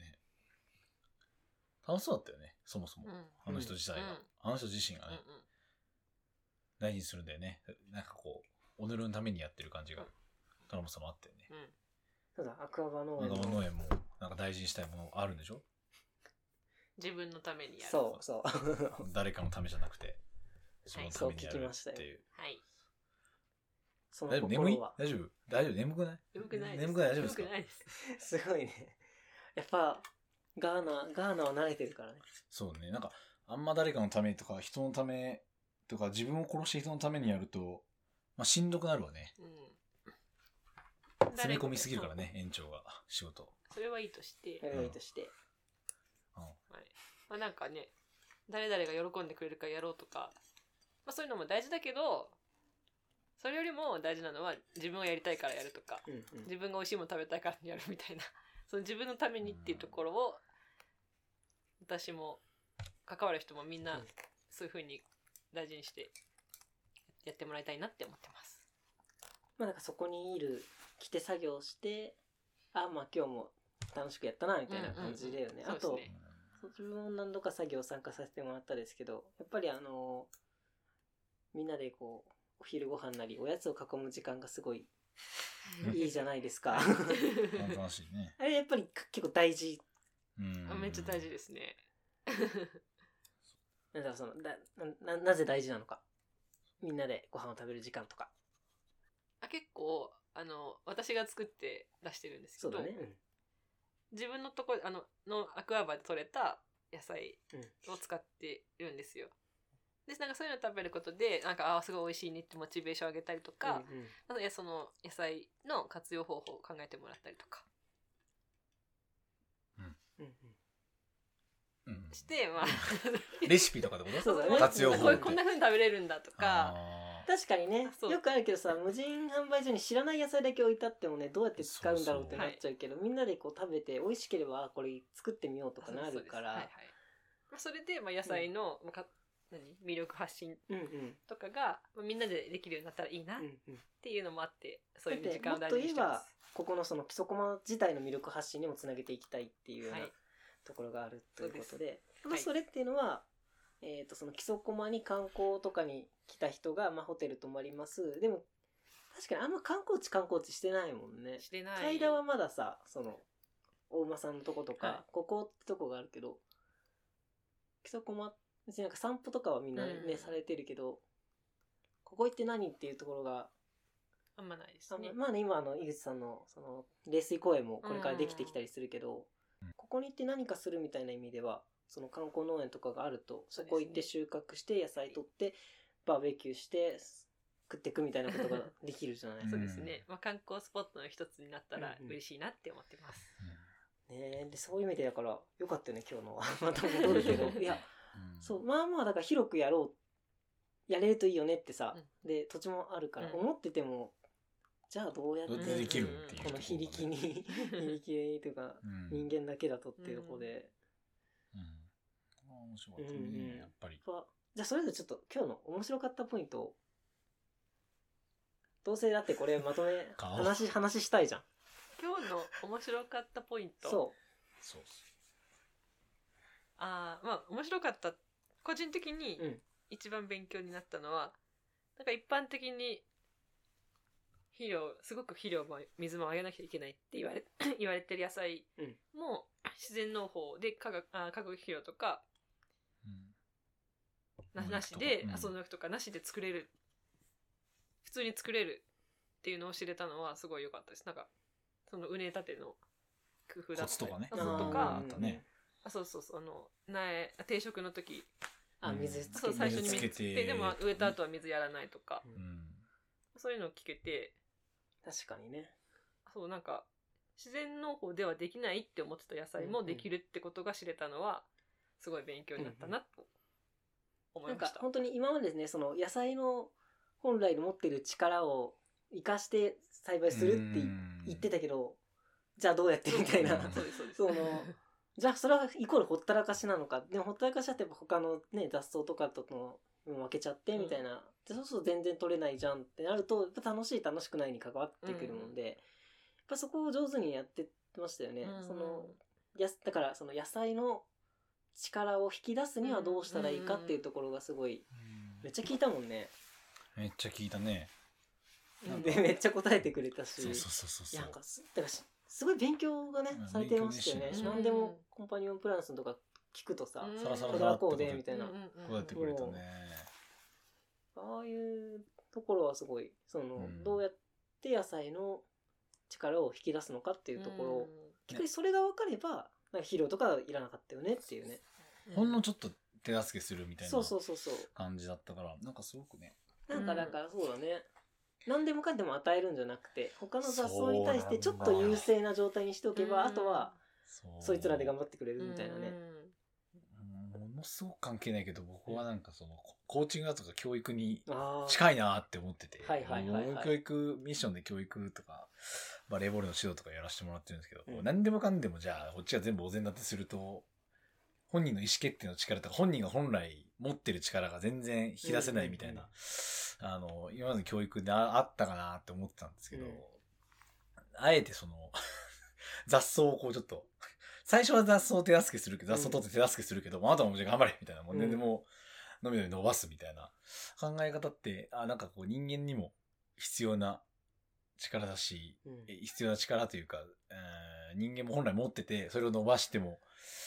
Speaker 3: 楽しそうだったよね、そもそも。あの人自体が。
Speaker 2: うん
Speaker 3: あの人自身が
Speaker 2: うんう
Speaker 3: ね、
Speaker 2: ん
Speaker 3: 大事にするんだよね。なんかこう、己のためにやってる感じが
Speaker 2: うん、
Speaker 3: ドラムさんもあったよね。
Speaker 2: うん
Speaker 1: ただ、アクアバ農
Speaker 3: なん
Speaker 1: 園
Speaker 3: か農
Speaker 1: の。
Speaker 3: 園も、なんか大事にしたいものあるんでしょ
Speaker 2: 自分のためにやる。
Speaker 1: そう
Speaker 3: [LAUGHS]
Speaker 1: そう。
Speaker 3: 誰かのためじゃなくて、そのためにやる
Speaker 1: そう聞
Speaker 3: っ
Speaker 1: き
Speaker 3: て
Speaker 1: ま
Speaker 3: いう。
Speaker 2: はい。
Speaker 1: その
Speaker 3: 大丈夫眠
Speaker 1: 心
Speaker 3: い
Speaker 1: は。
Speaker 3: 大丈夫大丈夫眠くない
Speaker 2: よくないです。
Speaker 3: 眠くない大丈夫ですか
Speaker 2: よくないで
Speaker 1: [LAUGHS]
Speaker 2: す。
Speaker 1: すごいね。やっぱ、ガーナ、ガーナは慣れてるからね。
Speaker 3: そうね。なんか、あんま誰かのためとか、人のためとか、自分を殺して人のためにやると、まあ、しんどくなるわね。
Speaker 2: うん。
Speaker 3: 詰め込みすぎるからね、園長が、仕事。
Speaker 2: そう。それはいいとして、
Speaker 1: やりとして。
Speaker 3: うん。
Speaker 2: まあなんかね、誰々が喜んでくれるからやろうとか、まあそういうのも大事だけど、それよりも大事なのは自分がやりたいからやるとか、
Speaker 1: うんうん
Speaker 2: 自分が美味しいもの食べたいからやるみたいな、 [LAUGHS] その自分のためにっていうところを、私も、関わる人もみん
Speaker 1: う、
Speaker 2: なんそういうふうに大事にして、やってもらいたいなって思ってます。
Speaker 1: まあなんかそこにいる、来て作業して、あ、まあ今日も楽しくやったな、みたいな感じだよね。
Speaker 2: うん
Speaker 1: あ
Speaker 2: うん
Speaker 1: と、
Speaker 2: そうですね
Speaker 1: そう自分も何度か作業参加させてもらったですけど、やっぱりあの、みんなでこう、お昼ご飯なり、おやつを囲む時間がすごいいいじゃないですか。 [LAUGHS]
Speaker 3: [LAUGHS] うん楽しいね。
Speaker 1: あれやっぱり結構大事。
Speaker 3: うん。
Speaker 2: めっちゃ大事ですね。
Speaker 1: なんだろうそのだなな、なぜ大事なのか。みんなでご飯を食べる時間とか。
Speaker 2: あ結構あの私が作って出してるんですけ
Speaker 1: そう
Speaker 2: ど、
Speaker 1: だね。うん
Speaker 2: 自分のとこあののアクアバで採れた野菜
Speaker 1: うん
Speaker 2: を使ってるんですよ。でなんかそういうの食べることでなんかあーすごい美味しいねってモチベーション上げたりとか、
Speaker 1: うんうん
Speaker 2: あといやその野菜の活用方法を考えてもらったりとか
Speaker 1: うんうん
Speaker 3: うん。
Speaker 2: して、まあ
Speaker 3: レシピとかっ
Speaker 2: [LAUGHS]
Speaker 3: てこと
Speaker 1: そうだね
Speaker 3: 活用法
Speaker 2: こういうこんな風に食べれるんだと
Speaker 3: あ
Speaker 2: か
Speaker 3: ー
Speaker 1: 確かにね
Speaker 2: そう
Speaker 1: よくあるけどさ無人販売所に知らない野菜だけ置いてあってもねどうやって使うんだろうってなっちゃうけどみんなでこう食べて美味しければあこれ作ってみようとかなるか
Speaker 2: そうですそうですはいはい
Speaker 1: ら
Speaker 2: まあそれで、まあ、野菜の、まあか何魅力発信
Speaker 1: うんうん
Speaker 2: とかが、まあ、みんなでできるようになったらいいなっ
Speaker 1: うんうん
Speaker 2: っていうのもあってそう
Speaker 1: だっ
Speaker 2: いう時
Speaker 1: ても
Speaker 2: 間を
Speaker 1: っ
Speaker 2: 大
Speaker 1: と言
Speaker 2: 事に
Speaker 1: え
Speaker 2: してま
Speaker 1: ば
Speaker 2: す。
Speaker 1: ここのその基礎駒自体の魅力発信にもつなげていきたいっていうよう
Speaker 2: は
Speaker 1: ないところがあるということで,、
Speaker 2: はい
Speaker 1: まあ、それっていうのは、えー、とその基礎駒に観光とかに来た人が、まあ、ホテル泊まりますでも確かにあんま観光地観光地してないもんね
Speaker 2: してない。
Speaker 1: 平田はまださその大馬さんのとことか、
Speaker 2: はい
Speaker 1: ここってとこがあるけど基礎駒別になんか散歩とかはみんなね、
Speaker 2: うん
Speaker 1: されてるけどここ行って何っていうところが
Speaker 2: あんまないです
Speaker 1: あの
Speaker 2: ね。
Speaker 1: まあね今あの井口さんのその冷水公園もこれからできてきたりするけど、
Speaker 3: うん
Speaker 1: ここに行って何かするみたいな意味ではその観光農園とかがあるとそこ行って収穫して野菜取ってバーベキューして食ってくみたいなことができるじゃないですか
Speaker 2: そ
Speaker 3: ん
Speaker 2: うですね。まあ観光スポットの一つになったら
Speaker 1: うんうん
Speaker 2: 嬉しいなって思って
Speaker 1: [LAUGHS]
Speaker 2: ます。
Speaker 1: ねえでそういう意味でだからよかったよね今日のは [LAUGHS] また戻るけどいや
Speaker 3: うん
Speaker 1: そうまあまあだから広くやろうやれるといいよねってさ、
Speaker 2: う
Speaker 1: で土地もあるから
Speaker 2: うん
Speaker 1: 思ってても、じゃあどうやって
Speaker 3: どうやってできるっていうとろがね。
Speaker 1: この非力に
Speaker 3: [LAUGHS]
Speaker 1: 非力というか
Speaker 3: うん、
Speaker 1: 人間だけだとっていうところで、
Speaker 3: うん。これは面白かったね、やっぱり。
Speaker 1: やっぱじゃあそれぞれちょっと今日の面白かったポイントをどうせだってこれまとめ
Speaker 3: 顔
Speaker 1: 話話したいじゃん
Speaker 2: 今日の面白かったポイント。
Speaker 1: そ
Speaker 3: そうそう。
Speaker 2: ああ、まあ面白かった。個人的に
Speaker 1: うん
Speaker 2: 一番勉強になったのは、なんか一般的に肥料、すごく肥料も水もあげなきゃいけないって言われ [COUGHS] 言われてる野菜
Speaker 1: うん
Speaker 2: も自然農法で化学あー化学肥料とか
Speaker 3: うん
Speaker 2: な
Speaker 3: 農薬
Speaker 2: なし
Speaker 3: とか
Speaker 2: で、
Speaker 3: うん
Speaker 2: あそのとかなしで作れる普通に作れるっていうのを知れたのはすごい良かったですなんかそのうねたての工夫だ
Speaker 3: コ
Speaker 2: っ
Speaker 3: ツ
Speaker 2: た
Speaker 3: と
Speaker 2: り
Speaker 3: かね。
Speaker 2: コ
Speaker 1: う
Speaker 2: ツと
Speaker 1: うん
Speaker 2: か
Speaker 3: あったね。
Speaker 2: あそうそうそうあの苗定食の時
Speaker 1: あ
Speaker 3: うん
Speaker 1: 水つけ
Speaker 2: そう最初に
Speaker 3: 水
Speaker 2: 水
Speaker 3: つ
Speaker 2: つ
Speaker 3: け
Speaker 2: け
Speaker 3: て
Speaker 2: てでも植えた後は水やらないとか、
Speaker 1: う
Speaker 3: うん。
Speaker 2: そういうのを聞けて
Speaker 1: 確かにね
Speaker 2: そうなんか自然農法ではできないって思ってた野菜もできるってことが知れたのはすごい勉強になったなと思
Speaker 1: ないんか
Speaker 2: ました。
Speaker 1: 本当に今までですねその野菜の本来の持ってる力を生かして栽培するって言ってたけど、じゃあどうやってみたいな。
Speaker 3: うん
Speaker 2: そうですそうです
Speaker 1: [LAUGHS] そのじゃあそれはイコールほったらかしなのか。でもほったらかしだってやっぱ他のね、雑草とかとの分けちゃってみたいな。でそうすると全然取れないじゃんってなると、やっぱ楽しい楽しくないに関わってくるもんで、やっぱそこを上手にやってましたよね。
Speaker 2: うん
Speaker 1: そのやすだからその野菜の力を引き出すにはどうしたらいいかっていうところがすごい、めっちゃ聞いたもんね。
Speaker 3: めっちゃ聞いたね。
Speaker 2: うん
Speaker 1: で、めっちゃ答えてくれたし。
Speaker 3: そうそうそうそう
Speaker 1: い
Speaker 3: そ
Speaker 1: や
Speaker 3: う。
Speaker 1: なんかすだからしすごい勉強がね、
Speaker 3: うん
Speaker 1: されてましたよね
Speaker 3: 勉強熱
Speaker 2: 心
Speaker 1: 何で
Speaker 2: うん
Speaker 1: もコンパニオンプランスとか聞くとさ、
Speaker 2: うん
Speaker 3: サラサラ
Speaker 1: こ
Speaker 3: サ
Speaker 1: れ
Speaker 3: ラ
Speaker 1: は
Speaker 3: って
Speaker 1: こ
Speaker 3: こ
Speaker 1: う
Speaker 3: と
Speaker 1: で
Speaker 3: で
Speaker 1: みたいな、
Speaker 2: うんうんうん
Speaker 3: こうやってくれたね。
Speaker 1: ああいうところはすごいその、
Speaker 3: うん
Speaker 1: どうやって野菜の力を引き出すのかっていうところ、逆にそれが分かればなんか肥料とかいらなかったよねっていうね、
Speaker 2: うん
Speaker 3: ほんのちょっと手助けするみたいな
Speaker 1: そうそうそうそう
Speaker 3: 感じだったから、なんかすごくね。
Speaker 1: なんか
Speaker 2: うん
Speaker 1: だからそうだね、何でもかんでも与えるんじゃなくて他の雑草に対してちょっ
Speaker 3: そう
Speaker 1: と
Speaker 3: なんだ
Speaker 1: 優勢な状態にしておけば、
Speaker 2: うん
Speaker 1: あとは
Speaker 3: そう
Speaker 1: そいつらで頑張ってくれるみたいなね、
Speaker 3: うんものすごく関係ないけど、僕はなんかその、ココーチングだとか教育に
Speaker 1: ああ
Speaker 3: 近いなって思ってて、
Speaker 1: はいはいはいはい
Speaker 3: 僕教育ミッションで教育とかバレーボールの指導とかやらせてもらってるんですけど、
Speaker 1: うん
Speaker 3: 何でもかんでもじゃあこっちが全部お膳立てすると本人の意思決定の力とか本人が本来持ってる力が全然引き出せないみたいな、あの今までの教育でああったかなって思ってたんですけど、
Speaker 1: うん
Speaker 3: あえてその [LAUGHS] 雑草をこうちょっと最初は雑草を手助けするけど、雑草取って手助けするけど、あなたもじゃあ頑張れみたいな、もうね、
Speaker 1: うん
Speaker 3: でもう、のみのみ伸ばすみたいな考え方って、あ、なんかこう人間にも必要な力だし、
Speaker 1: うん
Speaker 3: え必要な力というか、えー人間も本来持ってて、それを伸ばしても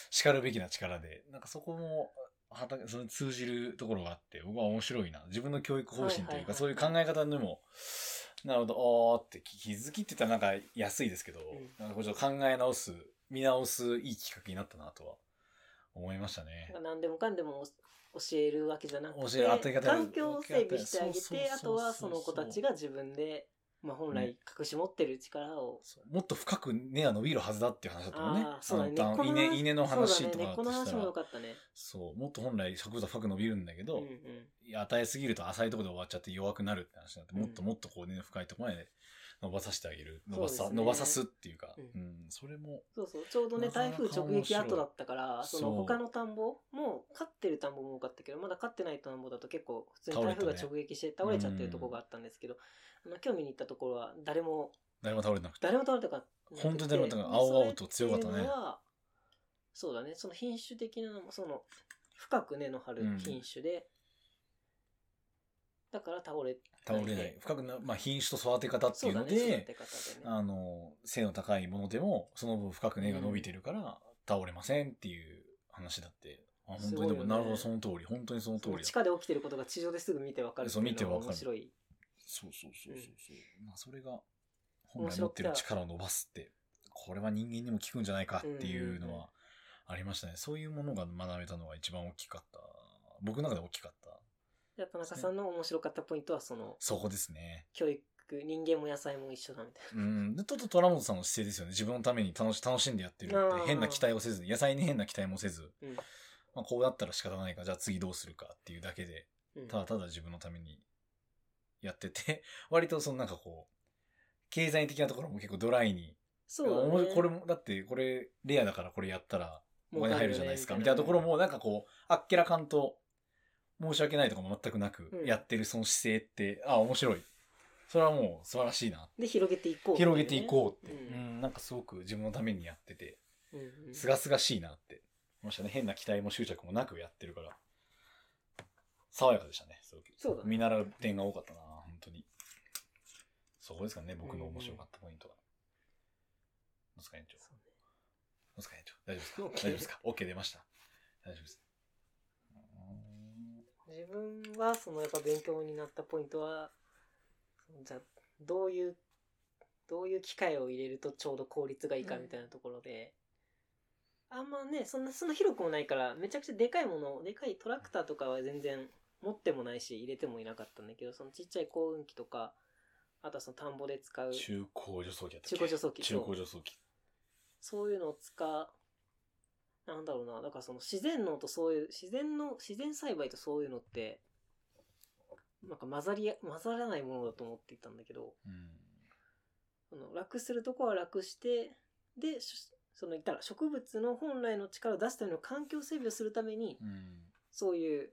Speaker 3: 叱るべきな力で、なんかそこも、はたその通じるところがあって、僕は面白いな。自分の教育方針
Speaker 1: はいは
Speaker 3: とい
Speaker 1: い
Speaker 3: う
Speaker 1: はい
Speaker 3: か、そういう考え方にも、なるほど、おーって気気づきって言ったらなんか安いですけど、
Speaker 1: ん
Speaker 3: なんかこうちょっと考え直す、見直すいいきっかけになったなとは思いましたね。
Speaker 1: 何でもかんでも教えるわけじゃなく
Speaker 3: 教
Speaker 1: て
Speaker 3: える与え方
Speaker 1: 環境を整備してあげ
Speaker 3: そうそうそう
Speaker 1: て
Speaker 3: そう
Speaker 1: あとはその子たちが自分で、まあ、本来隠し持ってる力を、
Speaker 3: そうもっと深く根は伸びるはずだっていう話だったもんね。
Speaker 1: ああそうだね
Speaker 3: あの
Speaker 1: 根っこの話
Speaker 3: 稲稲の話
Speaker 1: そう
Speaker 3: と
Speaker 1: だ
Speaker 3: か
Speaker 1: ね根った
Speaker 3: だっ
Speaker 1: こ
Speaker 3: と
Speaker 1: の
Speaker 3: した
Speaker 1: 話も
Speaker 3: ら
Speaker 1: よかったね
Speaker 3: そう、もっと本来植物は深く伸びるんだけ
Speaker 1: う
Speaker 3: ど、
Speaker 1: んうん
Speaker 3: 与えすぎると浅いところで終わっちゃって弱くなるって話になって、
Speaker 1: うん
Speaker 3: もっともっとこう根の深いところまで伸ばさせてあげる。伸ば
Speaker 1: そう
Speaker 3: さ、
Speaker 1: ですね
Speaker 3: 伸ばさすっていうか、
Speaker 1: う
Speaker 3: うんん、それも、
Speaker 1: そうそうちょうどね
Speaker 3: なかな
Speaker 1: 台
Speaker 3: か
Speaker 1: 風直撃後だったから
Speaker 3: 面
Speaker 1: そ
Speaker 3: 白い
Speaker 1: の
Speaker 3: そう
Speaker 1: 他の田んぼも飼ってる田んぼも多かったけどまだ飼ってない田んぼだと結構普通に台風が
Speaker 3: 倒れたね
Speaker 1: 直撃して倒れちゃってるとこがあったんですけど、あの今日見に行ったところは誰も
Speaker 3: 誰も倒れてなくて。
Speaker 1: 誰も倒れたか
Speaker 3: 本当に誰も倒れたか青々と強かったね
Speaker 1: それっていうのはそうだねその品種的なのもその深く根の張る品種で、だから倒れ
Speaker 3: 倒れない。深くな、まあ品種と育て方っていうので、
Speaker 1: そうだね育て方でね
Speaker 3: あの、背の高いものでも、その分深く根が伸びてるから、倒れませんっていう話だって。あ、本当にでも、
Speaker 1: すごいよね
Speaker 3: なるほど、その通り。本当にその通りだ
Speaker 1: 地下で起きてることが地上ですぐ見てわかるっていうのが面白い
Speaker 3: そうそうそうう
Speaker 1: そ
Speaker 3: そうう
Speaker 1: う
Speaker 3: そう、まあそれが本来持ってる力を伸ばすってこれは人間にも効くんじゃないかっていう
Speaker 1: うんう
Speaker 3: の
Speaker 1: んうん
Speaker 3: はありましたね、そういうものが学べたのが一番大きかった僕の中で大きかった
Speaker 1: じゃあ田中さんの面白かったポイントはその
Speaker 3: そこですね
Speaker 1: 教育人間も野菜も一緒だみたい
Speaker 3: うんでちょっと虎本さんの姿勢ですよね自分のために楽し楽しんでやってる
Speaker 1: あー
Speaker 3: って変な期待をせず野菜に変な期待もせず、
Speaker 1: うん
Speaker 3: まあ、こうなったら仕方ないからじゃあ次どうするかっていうだけで
Speaker 1: な、うん
Speaker 3: ただただ自分のためにやってて割とそのなんかこう経済的なところも結構ドライに
Speaker 1: そう
Speaker 3: お
Speaker 1: だ
Speaker 3: も
Speaker 1: ね
Speaker 3: これも、だってこれレアだからこれやったらお金入るじゃないですか、みたいなところもなんかこう、あっけらかんと申し訳ないとかも全くなく
Speaker 1: うん
Speaker 3: やってるその姿勢って、あ、面白い。それはもう素晴らしいな。
Speaker 1: で広げていこう
Speaker 3: 広げていこうって、
Speaker 1: う
Speaker 3: うんん、なんかすごく自分のためにやってて、
Speaker 1: う、うんうん
Speaker 3: すがすがしいなって。もしね、変な期待も執着もなくやってるから、爽やかでしたね、すごく。
Speaker 1: そうだね
Speaker 3: 見習う点が多かったな、本当に。そこですかね、僕の面白かったポイントは。どうですか、園長。
Speaker 1: そうね
Speaker 3: どうですか、園長。大丈夫ですか
Speaker 1: OK
Speaker 3: 大丈夫ですか ?OK 出ました。大丈夫です。う
Speaker 1: 自分はそのやっぱ勉強になったポイントはじゃあどういうどういう機会を入れるとちょうど効率がいいかみたいなところで、あんまねそんなそんな広くもないからめちゃくちゃでかいものでかいトラクターとかは全然持ってもないし入れてもいなかったんだけどそのちっちゃい耕運機とかあとはその田んぼで使う
Speaker 3: ーん中高除草機やったっ
Speaker 1: 中古除草機
Speaker 3: 中
Speaker 1: そう
Speaker 3: 高除草機。
Speaker 1: そういうのを使う、なんだろうな、だからその自然農とそういう、自然の、自然栽培とそういうのって、なんか混ざり、混ざらないものだと思っていたんだけど、
Speaker 3: うん。
Speaker 1: あの楽するとこは楽して、で、しその言ったら植物の本来の力を出すための環境整備をするために、
Speaker 3: うん。
Speaker 1: そういう、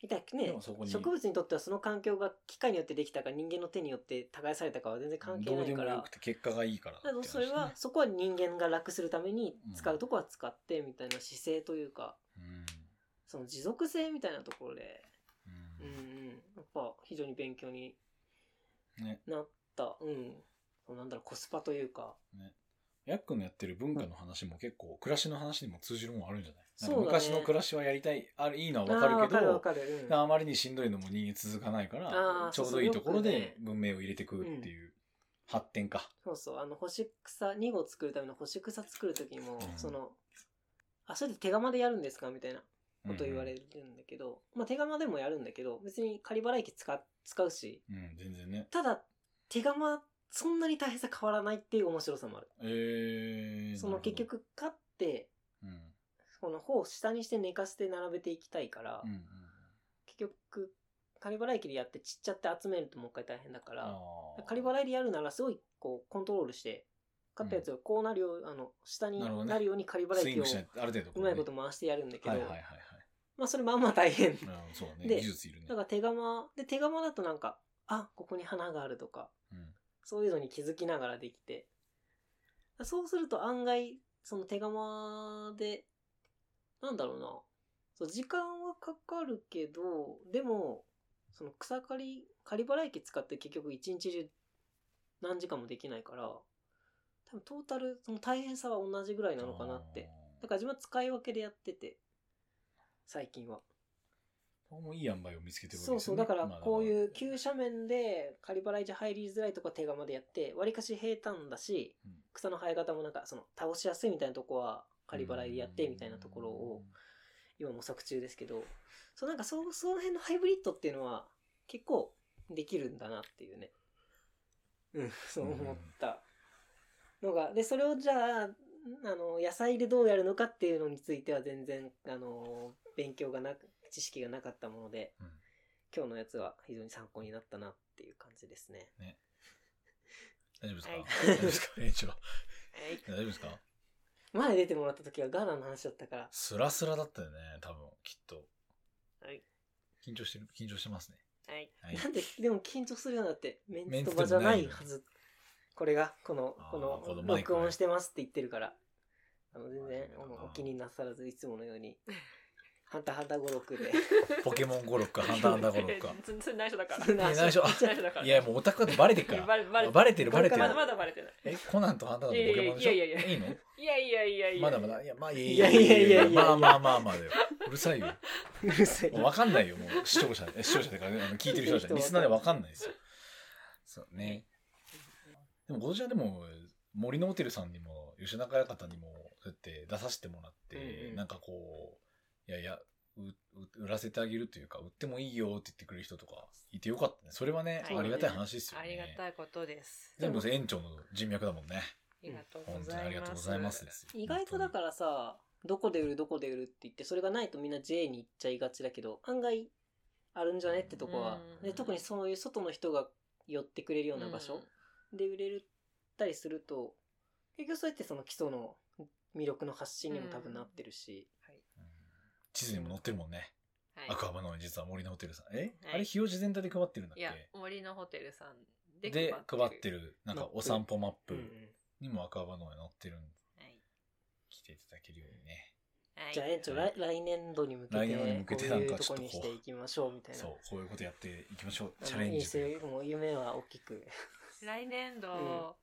Speaker 1: いたっけ
Speaker 3: で
Speaker 1: ね
Speaker 3: もそこ、に
Speaker 1: 植物にとってはその環境が機械によってできたか人間の手によって耕されたかは全然関係
Speaker 3: ど
Speaker 1: な
Speaker 3: うで
Speaker 1: いか
Speaker 3: もよ
Speaker 1: ら
Speaker 3: く、て結果がいいからって
Speaker 1: だ
Speaker 3: 話
Speaker 1: か
Speaker 3: ね、
Speaker 1: らそれは、そこは人間が楽するために使うとこは使ってみたいな姿勢というか、
Speaker 3: うん。
Speaker 1: その持続性みたいなところで、
Speaker 3: う。
Speaker 1: うんうんん、やっぱ非常に勉強に
Speaker 3: ね。
Speaker 1: なった、うん、そのなんだろう、コスパというか、
Speaker 3: ヤックのやってる文化の話も結構、暮らしの話にも通じるもんあるんじゃない
Speaker 1: そうだ
Speaker 3: な
Speaker 1: ね
Speaker 3: んか昔の暮らしはやりたい、あれいいのはわか
Speaker 1: あーわ
Speaker 3: るけど、
Speaker 1: かるわかる、うん
Speaker 3: あまりにしんどいのも人間続かないから
Speaker 1: あ、ー
Speaker 3: ちょうどいいところで文明を入れてくっていう発展か。
Speaker 1: そうそう、あの、干し草、2号作るための干し草作る時にも
Speaker 3: う、ん
Speaker 1: その、あ、それで手釜でやるんですかみたいなこと言われ
Speaker 3: る。
Speaker 1: るんだけど、まあ手釜でもやるんだけど、別に仮払い機使使うし、
Speaker 3: うん、全然ね。
Speaker 1: ただ、手釜、そんなに大変さ変わらないっていう面白さもある。
Speaker 3: えー、
Speaker 1: その結
Speaker 3: なる
Speaker 1: 局、買って、こ
Speaker 3: ほど、
Speaker 1: の方を下にして寝かせて並べていきたいから、
Speaker 3: うん。うんうん。
Speaker 1: 結局、仮払い機でやってちっちゃって集めるともう一回大変だから、
Speaker 3: あー
Speaker 1: 仮払いでやるならすごいこうコントロールして買ったやつがこうなるよう、あの下に
Speaker 3: なるほどね
Speaker 1: なるように仮払
Speaker 3: ス
Speaker 1: い
Speaker 3: イ
Speaker 1: 機
Speaker 3: ン
Speaker 1: を
Speaker 3: グしないとある程度
Speaker 1: う
Speaker 3: こ
Speaker 1: ま
Speaker 3: ね
Speaker 1: いこと回してやるんだけど、
Speaker 3: はいはいはい
Speaker 1: まあそれまあまあ大変
Speaker 3: はい。うん、そうだね。
Speaker 1: で
Speaker 3: 技術いるね。
Speaker 1: だから手釜で手釜だとなんかあここに花があるとか
Speaker 3: うん
Speaker 1: そういうのに気づきながらできてそうすると案外その手釜でなんだろうなそう時間はかかるけどでもその草刈り刈り払い機使って結局一日中何時間もできないから多分トータルその大変さは同じぐらいなのかなって。
Speaker 3: あ
Speaker 1: だ
Speaker 3: ー
Speaker 1: から自分は使い分けでやってて最近は。
Speaker 3: ここもいい塩梅を見つけてるわけ
Speaker 1: そうそう、だからこう
Speaker 3: う。
Speaker 1: いう急斜面で仮払いじゃ入りづらいとこは手釜でやって、わりかし平坦だし
Speaker 3: うん、
Speaker 1: 草の生え方もなんかその倒しやすいみたいなとこは仮払いでやってみたいなところを今模索中ですけど、そうなんかそその辺のハイブリッドっていうのは結構できるんだなっていうね。うん、そう思ったのが、で、それをじゃあ、あの野菜でどうやるのかっていうのについては全然あの勉強がなく知識がなかったもので、
Speaker 3: うん
Speaker 1: 今日のやつは非常に参考になったなっていう感じですね。
Speaker 3: 大丈夫ですか
Speaker 2: はい
Speaker 3: 大丈夫ですか [LAUGHS] 園長
Speaker 2: えい
Speaker 3: 大丈夫ですか
Speaker 1: 前出てもらった時はガーナの話だったから、
Speaker 3: スラスラだったよね、多分、きっと。
Speaker 2: はい
Speaker 3: 緊張してる緊張してますね。
Speaker 2: はい
Speaker 3: は
Speaker 1: [LAUGHS]
Speaker 3: い
Speaker 1: な。んででも緊張するようになってメン
Speaker 3: メン
Speaker 1: ツ
Speaker 3: ツ
Speaker 1: と場
Speaker 3: と場
Speaker 1: じゃな
Speaker 3: ない
Speaker 1: い
Speaker 3: よね
Speaker 1: はず。これがこの
Speaker 3: あー
Speaker 1: こ
Speaker 3: こ
Speaker 1: の
Speaker 3: のマイク
Speaker 1: 録
Speaker 3: ね
Speaker 1: 音してますって言ってるから、あの全
Speaker 3: マイ
Speaker 1: 然
Speaker 3: クだな
Speaker 1: おお気になさらずいつものように [LAUGHS] 「ハンターハンター5 6で。
Speaker 3: [LAUGHS] ポケモン語録か、ハンターハンター語
Speaker 2: [LAUGHS]
Speaker 3: 録か。
Speaker 1: [LAUGHS]
Speaker 2: 全然内緒だから
Speaker 1: そん
Speaker 3: い
Speaker 1: な
Speaker 3: や内緒、あ
Speaker 2: 内緒だから
Speaker 3: いや、もうオタクだとバレてるから。
Speaker 2: バレバレ
Speaker 3: バレてる、バレてる
Speaker 2: ま。だまだバレてない
Speaker 3: え、コナンとハンターハンターのポケモンでしょ
Speaker 2: いやいやいや
Speaker 3: いいの
Speaker 2: いやいやいやいや
Speaker 3: まだまだ。いや、まあ、い
Speaker 1: いやいやいやいや
Speaker 3: まあまあまあまあだよ。うるさいよ。
Speaker 1: うるさい
Speaker 3: もうわかんないよ、もう視聴者、え視聴者だからね、あの聞いてる人じゃ、リスナーでわかんないですよ。そうね。でも、今年はでも、森のホテルさんにも、吉永親方にも、そうやって出させてもらって、
Speaker 1: うんうん
Speaker 3: なんかこう、いやいや、うう売らせてあげるというか、売ってもいいよって言ってくれる人とかいてよかったね。それはね、
Speaker 2: はい
Speaker 3: ありがたい話ですよ
Speaker 2: あ
Speaker 3: ね。
Speaker 2: りがたいことです
Speaker 3: 全部園長の人脈だもんね。
Speaker 2: ありがとうご
Speaker 3: 本
Speaker 2: ざ
Speaker 3: 当に
Speaker 2: います
Speaker 3: ありがとうございますですよ。
Speaker 1: 意外とだからさどこで売るどこで売るって言ってそれがないとみんな JA に行っちゃいがちだけど案外あるんじゃねってとこは
Speaker 2: うん
Speaker 1: で特にそういう外の人が寄ってくれるような場所で売れるったりすると結局そうやってその基礎の魅力の発信にも多分なってるし
Speaker 3: うん地図にも載ってるもんね。
Speaker 2: はい
Speaker 3: アクアバナに実は森のホテルさん。え、
Speaker 2: はい
Speaker 3: あれ、日吉全体で配ってるんだっ
Speaker 2: いや
Speaker 3: け
Speaker 2: 森のホテルさんで
Speaker 3: で、配って
Speaker 2: る
Speaker 3: る、なんかお散歩マッ
Speaker 1: う
Speaker 3: プ
Speaker 1: んうん
Speaker 3: にもアクアバナに載ってるんで、
Speaker 2: はい
Speaker 3: 来ていただけるようにね。
Speaker 2: はい
Speaker 1: じゃあ園長
Speaker 3: はい
Speaker 1: 来来年度に向けて
Speaker 3: 来年度に向け
Speaker 1: こ
Speaker 3: て
Speaker 1: う
Speaker 3: ないん
Speaker 1: う
Speaker 3: か
Speaker 1: と
Speaker 3: ち
Speaker 1: こ
Speaker 3: ょっとこう
Speaker 1: にしていきましょうみたいな
Speaker 3: そう、こういうことやっていきましょう。
Speaker 1: あの
Speaker 3: チャレン
Speaker 1: いい
Speaker 3: ジ
Speaker 1: ですよもう夢は大きく [LAUGHS]
Speaker 2: 来年度、
Speaker 1: うん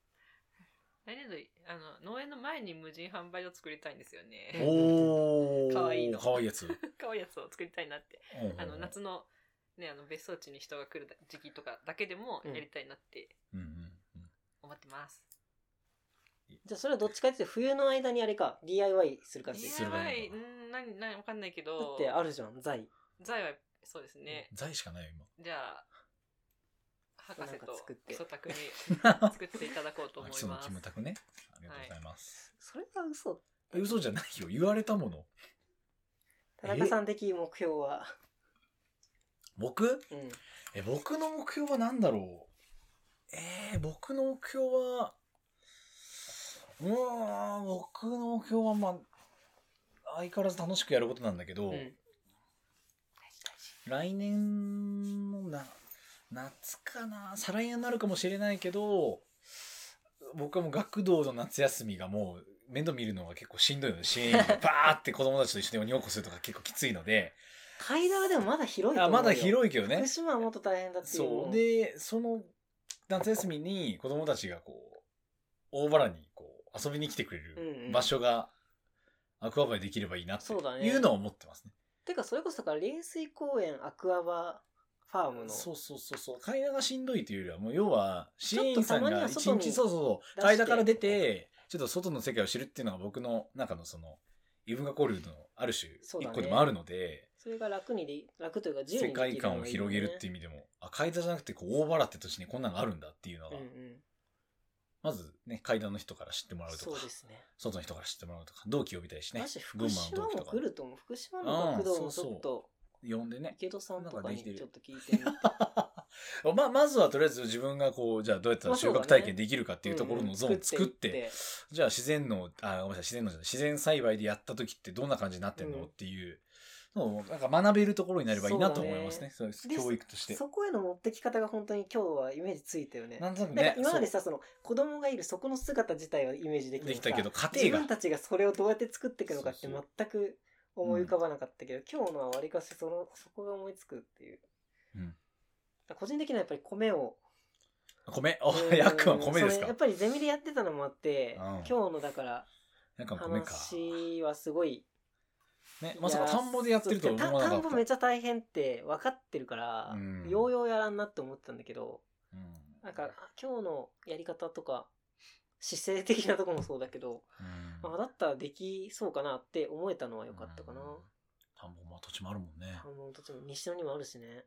Speaker 2: 来年度あの農園の前に無人販売所作りたいんですよね。
Speaker 3: おー。
Speaker 2: かわいいの
Speaker 3: かわいい
Speaker 2: [LAUGHS]
Speaker 3: やつ。うん
Speaker 2: 可愛いやつを作りたいなって、
Speaker 3: うんうん
Speaker 2: あの夏のねあの別荘地に人が来る時期とかだけでも
Speaker 1: うん
Speaker 2: やりたいなって
Speaker 3: うんうんうん
Speaker 2: 思ってます。
Speaker 1: じゃあそれはどっちかっていうと冬の間にあれか DIY する感じだ
Speaker 3: すればい
Speaker 2: DIY
Speaker 3: いのかな
Speaker 2: うん何何わかんないけ
Speaker 1: っ
Speaker 2: ど
Speaker 1: てあるじゃん財
Speaker 2: 財はそうですね。
Speaker 3: 財しかないよ、
Speaker 2: じゃあ博士
Speaker 1: なんか
Speaker 2: と
Speaker 1: 作って
Speaker 2: 基礎卓に
Speaker 3: 今。
Speaker 2: 作っていただこう [LAUGHS] と思
Speaker 3: [LAUGHS] あ
Speaker 2: い
Speaker 3: 基礎の
Speaker 2: ま
Speaker 3: キ
Speaker 2: す。
Speaker 3: ムタクね。ありがとうございます。
Speaker 1: それは嘘
Speaker 3: え嘘じゃないよ。言われたもの。
Speaker 1: 田中さん的目標は
Speaker 3: 僕
Speaker 1: うん。
Speaker 3: え、僕の目標は何だろうえー、僕の目標は、うーん、僕の目標は、まあ、相変わらず楽しくやることなんだけど、
Speaker 1: うん。大事大事
Speaker 3: 来年のな、夏かな、再来年になるかもしれないけど、僕はもう学童の夏休みがもう面倒見るのが結構しんどいので、支援員がバーって子供たちと一緒に鬼ごっこするとか結構きつい
Speaker 1: [LAUGHS]
Speaker 3: ので、
Speaker 1: 階段はでもまだ広いと
Speaker 3: あ
Speaker 1: 思うよ。
Speaker 3: まだ広いけどね
Speaker 1: 福。島はもっと大変だっていう。
Speaker 3: そう。
Speaker 1: で、
Speaker 3: で、その夏休みに子供たちがこう、大原にこう遊びに来てくれ
Speaker 1: うんうん
Speaker 3: る場所がアクアバイできればいいなって
Speaker 1: そうだね
Speaker 3: いうのは思ってますね。
Speaker 1: てかそれこそだから冷水公園アクアバファームの。
Speaker 3: そうそうそうそう。階段がしんどいというよりは、もう要は、支援員さ
Speaker 1: ちょっとた
Speaker 3: ん
Speaker 1: まに
Speaker 3: が
Speaker 1: は
Speaker 3: 一
Speaker 1: 外に
Speaker 3: 日、そうそうそう、
Speaker 1: 出して
Speaker 3: 階段から出て、ちょっと外の世界を知るっていうのが僕の中のその、イブンガ交流のある種、
Speaker 1: そうだ
Speaker 3: 一
Speaker 1: ね
Speaker 3: 個でもあるので、
Speaker 1: それが楽にで楽というか自由に
Speaker 3: 世界観を広げるって
Speaker 1: い
Speaker 3: いう意味でも、あ、階段じゃなくて、こう、大原って土地にこんなのがあるんだっていうの
Speaker 1: う
Speaker 3: が
Speaker 1: のがいいよね。、うんうん。
Speaker 3: まずね、階段の人から知ってもらうと
Speaker 1: そ
Speaker 3: か
Speaker 1: う、ですね。
Speaker 3: 外の人から知ってもらうとか、同期呼びたいしね
Speaker 1: だし、福
Speaker 3: 群馬
Speaker 1: 島
Speaker 3: の同期
Speaker 1: も
Speaker 3: とか
Speaker 1: 来、ると思う。福島の学童もちょっと、
Speaker 3: 呼んでね。 [LAUGHS]
Speaker 1: 池戸さんとかにちょっと聞いてみて。
Speaker 3: まあ、まずはとりあえず自分がこう、じゃあどうやったら収穫体験できるかっ
Speaker 1: って
Speaker 3: いうところのゾーンを作って、じゃあ自然の、あ、ごめんなさい、自然のじゃない、自然栽培でやった時ってどんな感じになってんの、
Speaker 1: うん
Speaker 3: っていうのを、なんか学べるところになればいいなと思いますね。そう
Speaker 1: で
Speaker 3: 教育として。
Speaker 1: そこへの持ってき方が本当に今日はイメージついたよね。
Speaker 3: なんとな
Speaker 1: な
Speaker 3: く
Speaker 1: ん
Speaker 3: ね
Speaker 1: か、今まで
Speaker 3: そ
Speaker 1: さその子供がいるそこの姿自体はイメージでき
Speaker 3: う
Speaker 1: な
Speaker 3: で
Speaker 1: い
Speaker 3: きたけど、家
Speaker 1: 自
Speaker 3: 庭
Speaker 1: 分
Speaker 3: が、
Speaker 1: たちがそれをどうやって作っていくのかって
Speaker 3: そうそう
Speaker 1: 全く思い浮かばなかったけど、今日のはわりかしそのそこが思いつくっていう
Speaker 3: うん
Speaker 1: 個人的にはやっぱり米を
Speaker 3: 米、 [LAUGHS] お
Speaker 1: うん、
Speaker 3: ヤックンは米です
Speaker 1: それや
Speaker 3: か
Speaker 1: っ。ぱりゼミでやってたのもあって、
Speaker 3: うん
Speaker 1: 今日のだから
Speaker 3: なんか米か。
Speaker 1: 話はすごい
Speaker 3: ね、まさか田んぼでやってるとは思わ
Speaker 1: いや
Speaker 3: な
Speaker 1: 田
Speaker 3: か
Speaker 1: ん
Speaker 3: っ
Speaker 1: ぼ
Speaker 3: た。
Speaker 1: めっちゃ大変って分かってるから、
Speaker 3: うん
Speaker 1: ようようやらんなって思ってたんだけど
Speaker 3: うん
Speaker 1: なんか今日のやり方とか姿勢的なとこもそうだけど、
Speaker 3: うん
Speaker 1: あだったらできそうかなって思えたのは良かったかな、
Speaker 3: うん田んぼも土地もあるもんね
Speaker 1: 田。んぼの土地も西野にもあるしね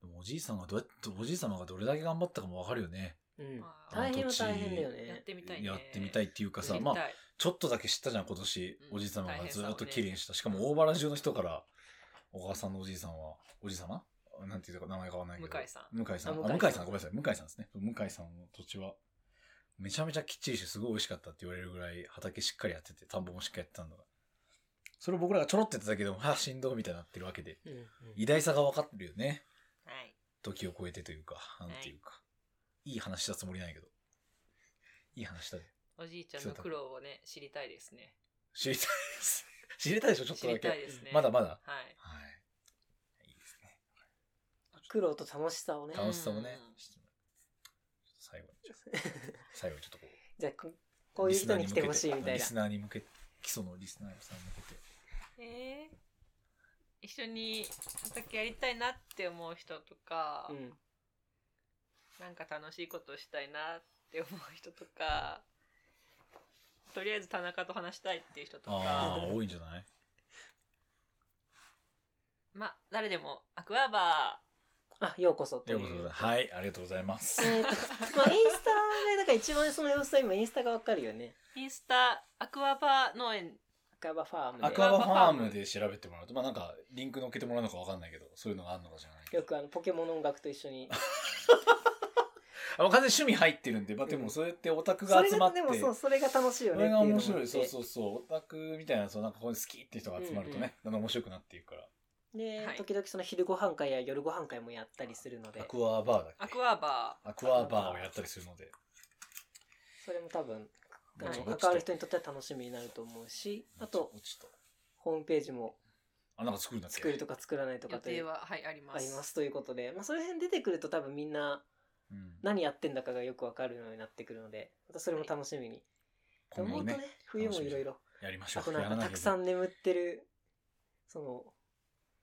Speaker 3: でもおじいさんがどうやって、おじい様がどれだけ頑張ったかもわかるよね。
Speaker 1: うん
Speaker 2: まあ
Speaker 1: 大変は
Speaker 3: あの土地
Speaker 1: 大変だよ
Speaker 2: やっ
Speaker 1: ね
Speaker 2: てみたいね。
Speaker 3: やってみたいっていうかさ、
Speaker 2: やって
Speaker 3: ま
Speaker 2: み
Speaker 3: あ
Speaker 2: た、い
Speaker 3: ちょっとだけ知ったじゃん、今年。
Speaker 2: うん
Speaker 3: おじい
Speaker 2: 大
Speaker 3: 様が
Speaker 2: 変
Speaker 3: ず
Speaker 2: さをね
Speaker 3: っと綺麗にした。しかも大原中の人から、お母さんのおじいさんは、おじい様なんていうか名前変わらないけど。
Speaker 2: 向井さん。
Speaker 3: 向井さ
Speaker 1: あ
Speaker 3: ん。あ
Speaker 1: 向
Speaker 3: 向
Speaker 1: 井
Speaker 3: 井
Speaker 1: さん
Speaker 3: さんごめんなさい。向井さんですね。向井さんの土地は、めちゃめちゃきっちりして、すごい美味しかったって言われるぐらい、畑しっかりやってて、田んぼもしっかりやってたのが。それを僕らがちょろってやっただけでも、はあ、しんどいみたいになってるわけで、
Speaker 1: うんうん
Speaker 3: 偉大さが分かってるよね。
Speaker 2: はい。
Speaker 3: 時を超えてというか、なんていうか。いい話したつもりないけど。いい話した
Speaker 2: おじいちゃんの苦労をね、知りたいですね。
Speaker 3: 知りたいです。 [LAUGHS] 知りたいでしょ、ちょっと
Speaker 2: 知
Speaker 3: だ
Speaker 2: り
Speaker 3: け。
Speaker 2: たいですね。
Speaker 3: まだまだ。
Speaker 2: はい。
Speaker 3: はい。いいですね。
Speaker 1: 苦労と楽しさをね
Speaker 2: 楽
Speaker 3: 楽
Speaker 2: し
Speaker 3: し
Speaker 2: さ
Speaker 3: さ
Speaker 2: も
Speaker 3: も
Speaker 2: ね
Speaker 3: ね。最後に、ちょっと最後にちょっとこう。
Speaker 1: [LAUGHS] じゃあここういう人に来てほしいみたい
Speaker 3: リ
Speaker 1: な
Speaker 3: スナーに向けて、基礎のリスナーさんに向けて。
Speaker 2: えー一緒に畑やりたいなって思う人とか、
Speaker 1: うん
Speaker 2: なんか楽しいことしたいなって思う人とか、とりあえず田中と話したいっていう人と
Speaker 3: あ
Speaker 2: か、
Speaker 3: あ、多いんじゃない
Speaker 2: まあ、誰でも、アクアバ
Speaker 1: あようこそと
Speaker 3: と
Speaker 1: い
Speaker 3: いううことで、はい、ありがとうございます。
Speaker 1: えーと [LAUGHS] まあインスタでだから一番その様子は今インスタがわかるよね
Speaker 2: ー、インスタ、アクアバー農園、
Speaker 1: アクアバファームで
Speaker 3: アクアバファームで調べてもらうと、まあなんか、リンク載っけてもらうのかわかんないけど、そういうのがあるのかじゃないけ
Speaker 1: よ
Speaker 3: ど。
Speaker 1: くあのポケモンの音楽と一緒に
Speaker 3: あ、もう完全に趣味入ってるんで、まあでもそうやってオタクが集まって、
Speaker 1: それがでもそうそれが楽しいよ
Speaker 3: そ
Speaker 1: ね
Speaker 3: れが面白い。そう
Speaker 1: う
Speaker 3: そうそう。オタクみたいな、そうなんかこういう好きって人が集まるとね、だんだん面白くなっていくから。
Speaker 1: で、
Speaker 2: はい
Speaker 1: 時々その昼ご飯会や夜ご飯会もやったりするので
Speaker 3: アクアバーだっけ
Speaker 2: アクアバ
Speaker 3: アクアバーをやったりするので。
Speaker 1: それも多分あ
Speaker 2: ぼち
Speaker 1: の
Speaker 2: ぼ
Speaker 1: 関わる人にとっては楽しみになると思うしあと
Speaker 3: ぼちぼちと
Speaker 1: ホームページも
Speaker 3: あ、なんか作るんだっけ
Speaker 1: 作るとか作らないと
Speaker 2: ー、
Speaker 1: か
Speaker 2: 予
Speaker 1: とい
Speaker 2: 定
Speaker 1: う
Speaker 2: は、はい、ありま
Speaker 1: あ
Speaker 2: す。
Speaker 1: りますということで、まあ、その辺出てくると多分みんな
Speaker 3: うん
Speaker 1: 何やってんだかがよくわかるようになってくるのでまたそれも楽しみに、と
Speaker 3: 今
Speaker 1: 思
Speaker 3: 後
Speaker 1: うと
Speaker 3: ね
Speaker 1: ね、冬もいろいろ
Speaker 3: やりましょ
Speaker 1: あと
Speaker 3: う。
Speaker 1: なん
Speaker 3: や
Speaker 1: から
Speaker 3: な
Speaker 1: た
Speaker 3: きゃ
Speaker 1: くさん眠ってるその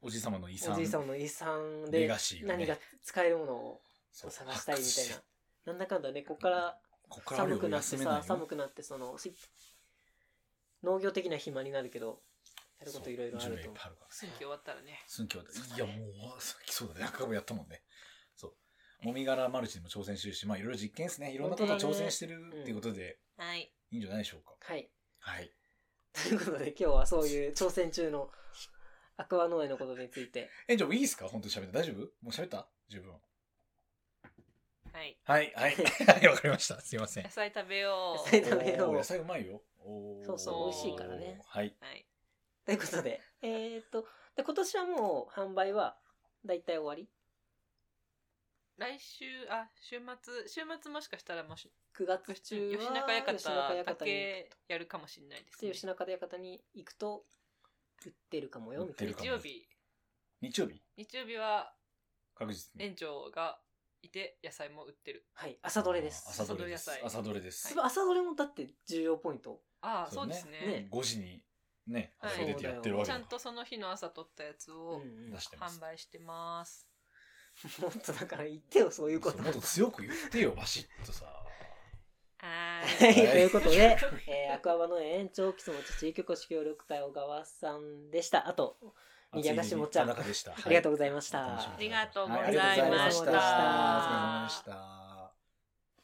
Speaker 3: おじい様の遺産。
Speaker 1: おじいさんの遺産
Speaker 3: レ
Speaker 1: で
Speaker 3: ガシーが
Speaker 1: 何
Speaker 3: ね
Speaker 1: が使えるものを
Speaker 3: そう
Speaker 1: 探したいみたい
Speaker 3: 白
Speaker 1: な。なんだかんだね、ここから
Speaker 3: 紙。こっから
Speaker 1: 寒くなって
Speaker 3: 休めない
Speaker 1: さ
Speaker 3: よ、
Speaker 1: 寒くなって、その、し農業的な暇になるけど、やることいろいろあ
Speaker 3: そう
Speaker 1: ると
Speaker 3: 準備いっ
Speaker 1: 思
Speaker 3: ぱいあるから。
Speaker 2: 選挙終わったらね。
Speaker 3: 寸教いや、もう、さっきそうだね。なんかもやったもんね。そう。もみ殻マルチにも挑戦してるし、まあいろいろ実験ですね。いろんなこと
Speaker 1: 本当
Speaker 3: 挑
Speaker 1: だね
Speaker 3: 戦してるっていうことで、
Speaker 2: はい。
Speaker 3: いいんじゃないでしょうか。
Speaker 1: う。はい。
Speaker 3: はい。
Speaker 1: ということで、今日はそういう挑戦中のアクア農園のことについて。
Speaker 3: 園長、いいですか本当に喋って。大丈夫もう喋った十分。
Speaker 2: はい。
Speaker 3: はい、はい。 [LAUGHS] はい、わかりました。すいません
Speaker 2: 野。菜食べよ
Speaker 1: 野
Speaker 2: う。
Speaker 1: 菜食べよう
Speaker 3: おー野菜うまいよ。おー
Speaker 1: そうそう
Speaker 2: 美味しい
Speaker 1: からね。
Speaker 3: はい。
Speaker 2: はい。
Speaker 1: ということで、えー、っと、で、今年はもう販売は大体終わり
Speaker 2: 来週、あ、週末、週末もしかしたらもし、
Speaker 1: ?9 月
Speaker 2: 吉
Speaker 1: 中は
Speaker 2: 中
Speaker 1: 吉中
Speaker 2: 館
Speaker 1: 館
Speaker 2: だ
Speaker 1: に
Speaker 2: けやるかもしれないです、
Speaker 1: で
Speaker 2: ね。
Speaker 1: 吉中館に行くと売ってるかもよみたい
Speaker 3: 売
Speaker 1: な
Speaker 3: って
Speaker 2: 日曜
Speaker 3: るかも
Speaker 2: 日、
Speaker 3: 日曜日
Speaker 2: 日曜日は
Speaker 3: 確実に。
Speaker 2: 園長がいて野菜も売ってる。
Speaker 1: はい朝どれです
Speaker 3: あー朝どれです。
Speaker 2: 朝
Speaker 3: 朝どれです
Speaker 1: す。ごい朝どれもだって重要ポイント
Speaker 2: ああ、
Speaker 3: そ
Speaker 2: そうう
Speaker 3: ね
Speaker 2: ですね
Speaker 1: ね
Speaker 3: 5時にね、
Speaker 2: はい
Speaker 3: 朝出てやってるわけ
Speaker 2: ちゃ
Speaker 3: だ
Speaker 2: ん
Speaker 3: か
Speaker 2: とその日の朝取ったやつ
Speaker 1: うんう
Speaker 2: を
Speaker 1: ん
Speaker 3: ら出してます
Speaker 2: 販。売してます。
Speaker 1: もっとだから言ってよそういうこと
Speaker 3: そうもっと強く言ってよ、バシッとさ。
Speaker 2: は
Speaker 1: はい、と
Speaker 2: ーい。
Speaker 1: いうこと
Speaker 2: [LAUGHS]
Speaker 1: で、えー、アクアバの園長、基礎持ち地域局協力隊小川さんでした。あと、にぎやかしもちゃん
Speaker 3: 熱い田中でした。
Speaker 1: ありがとう
Speaker 3: う
Speaker 1: ございました。
Speaker 2: ありがとうございました
Speaker 3: ありがとうございました。お疲れ様でした。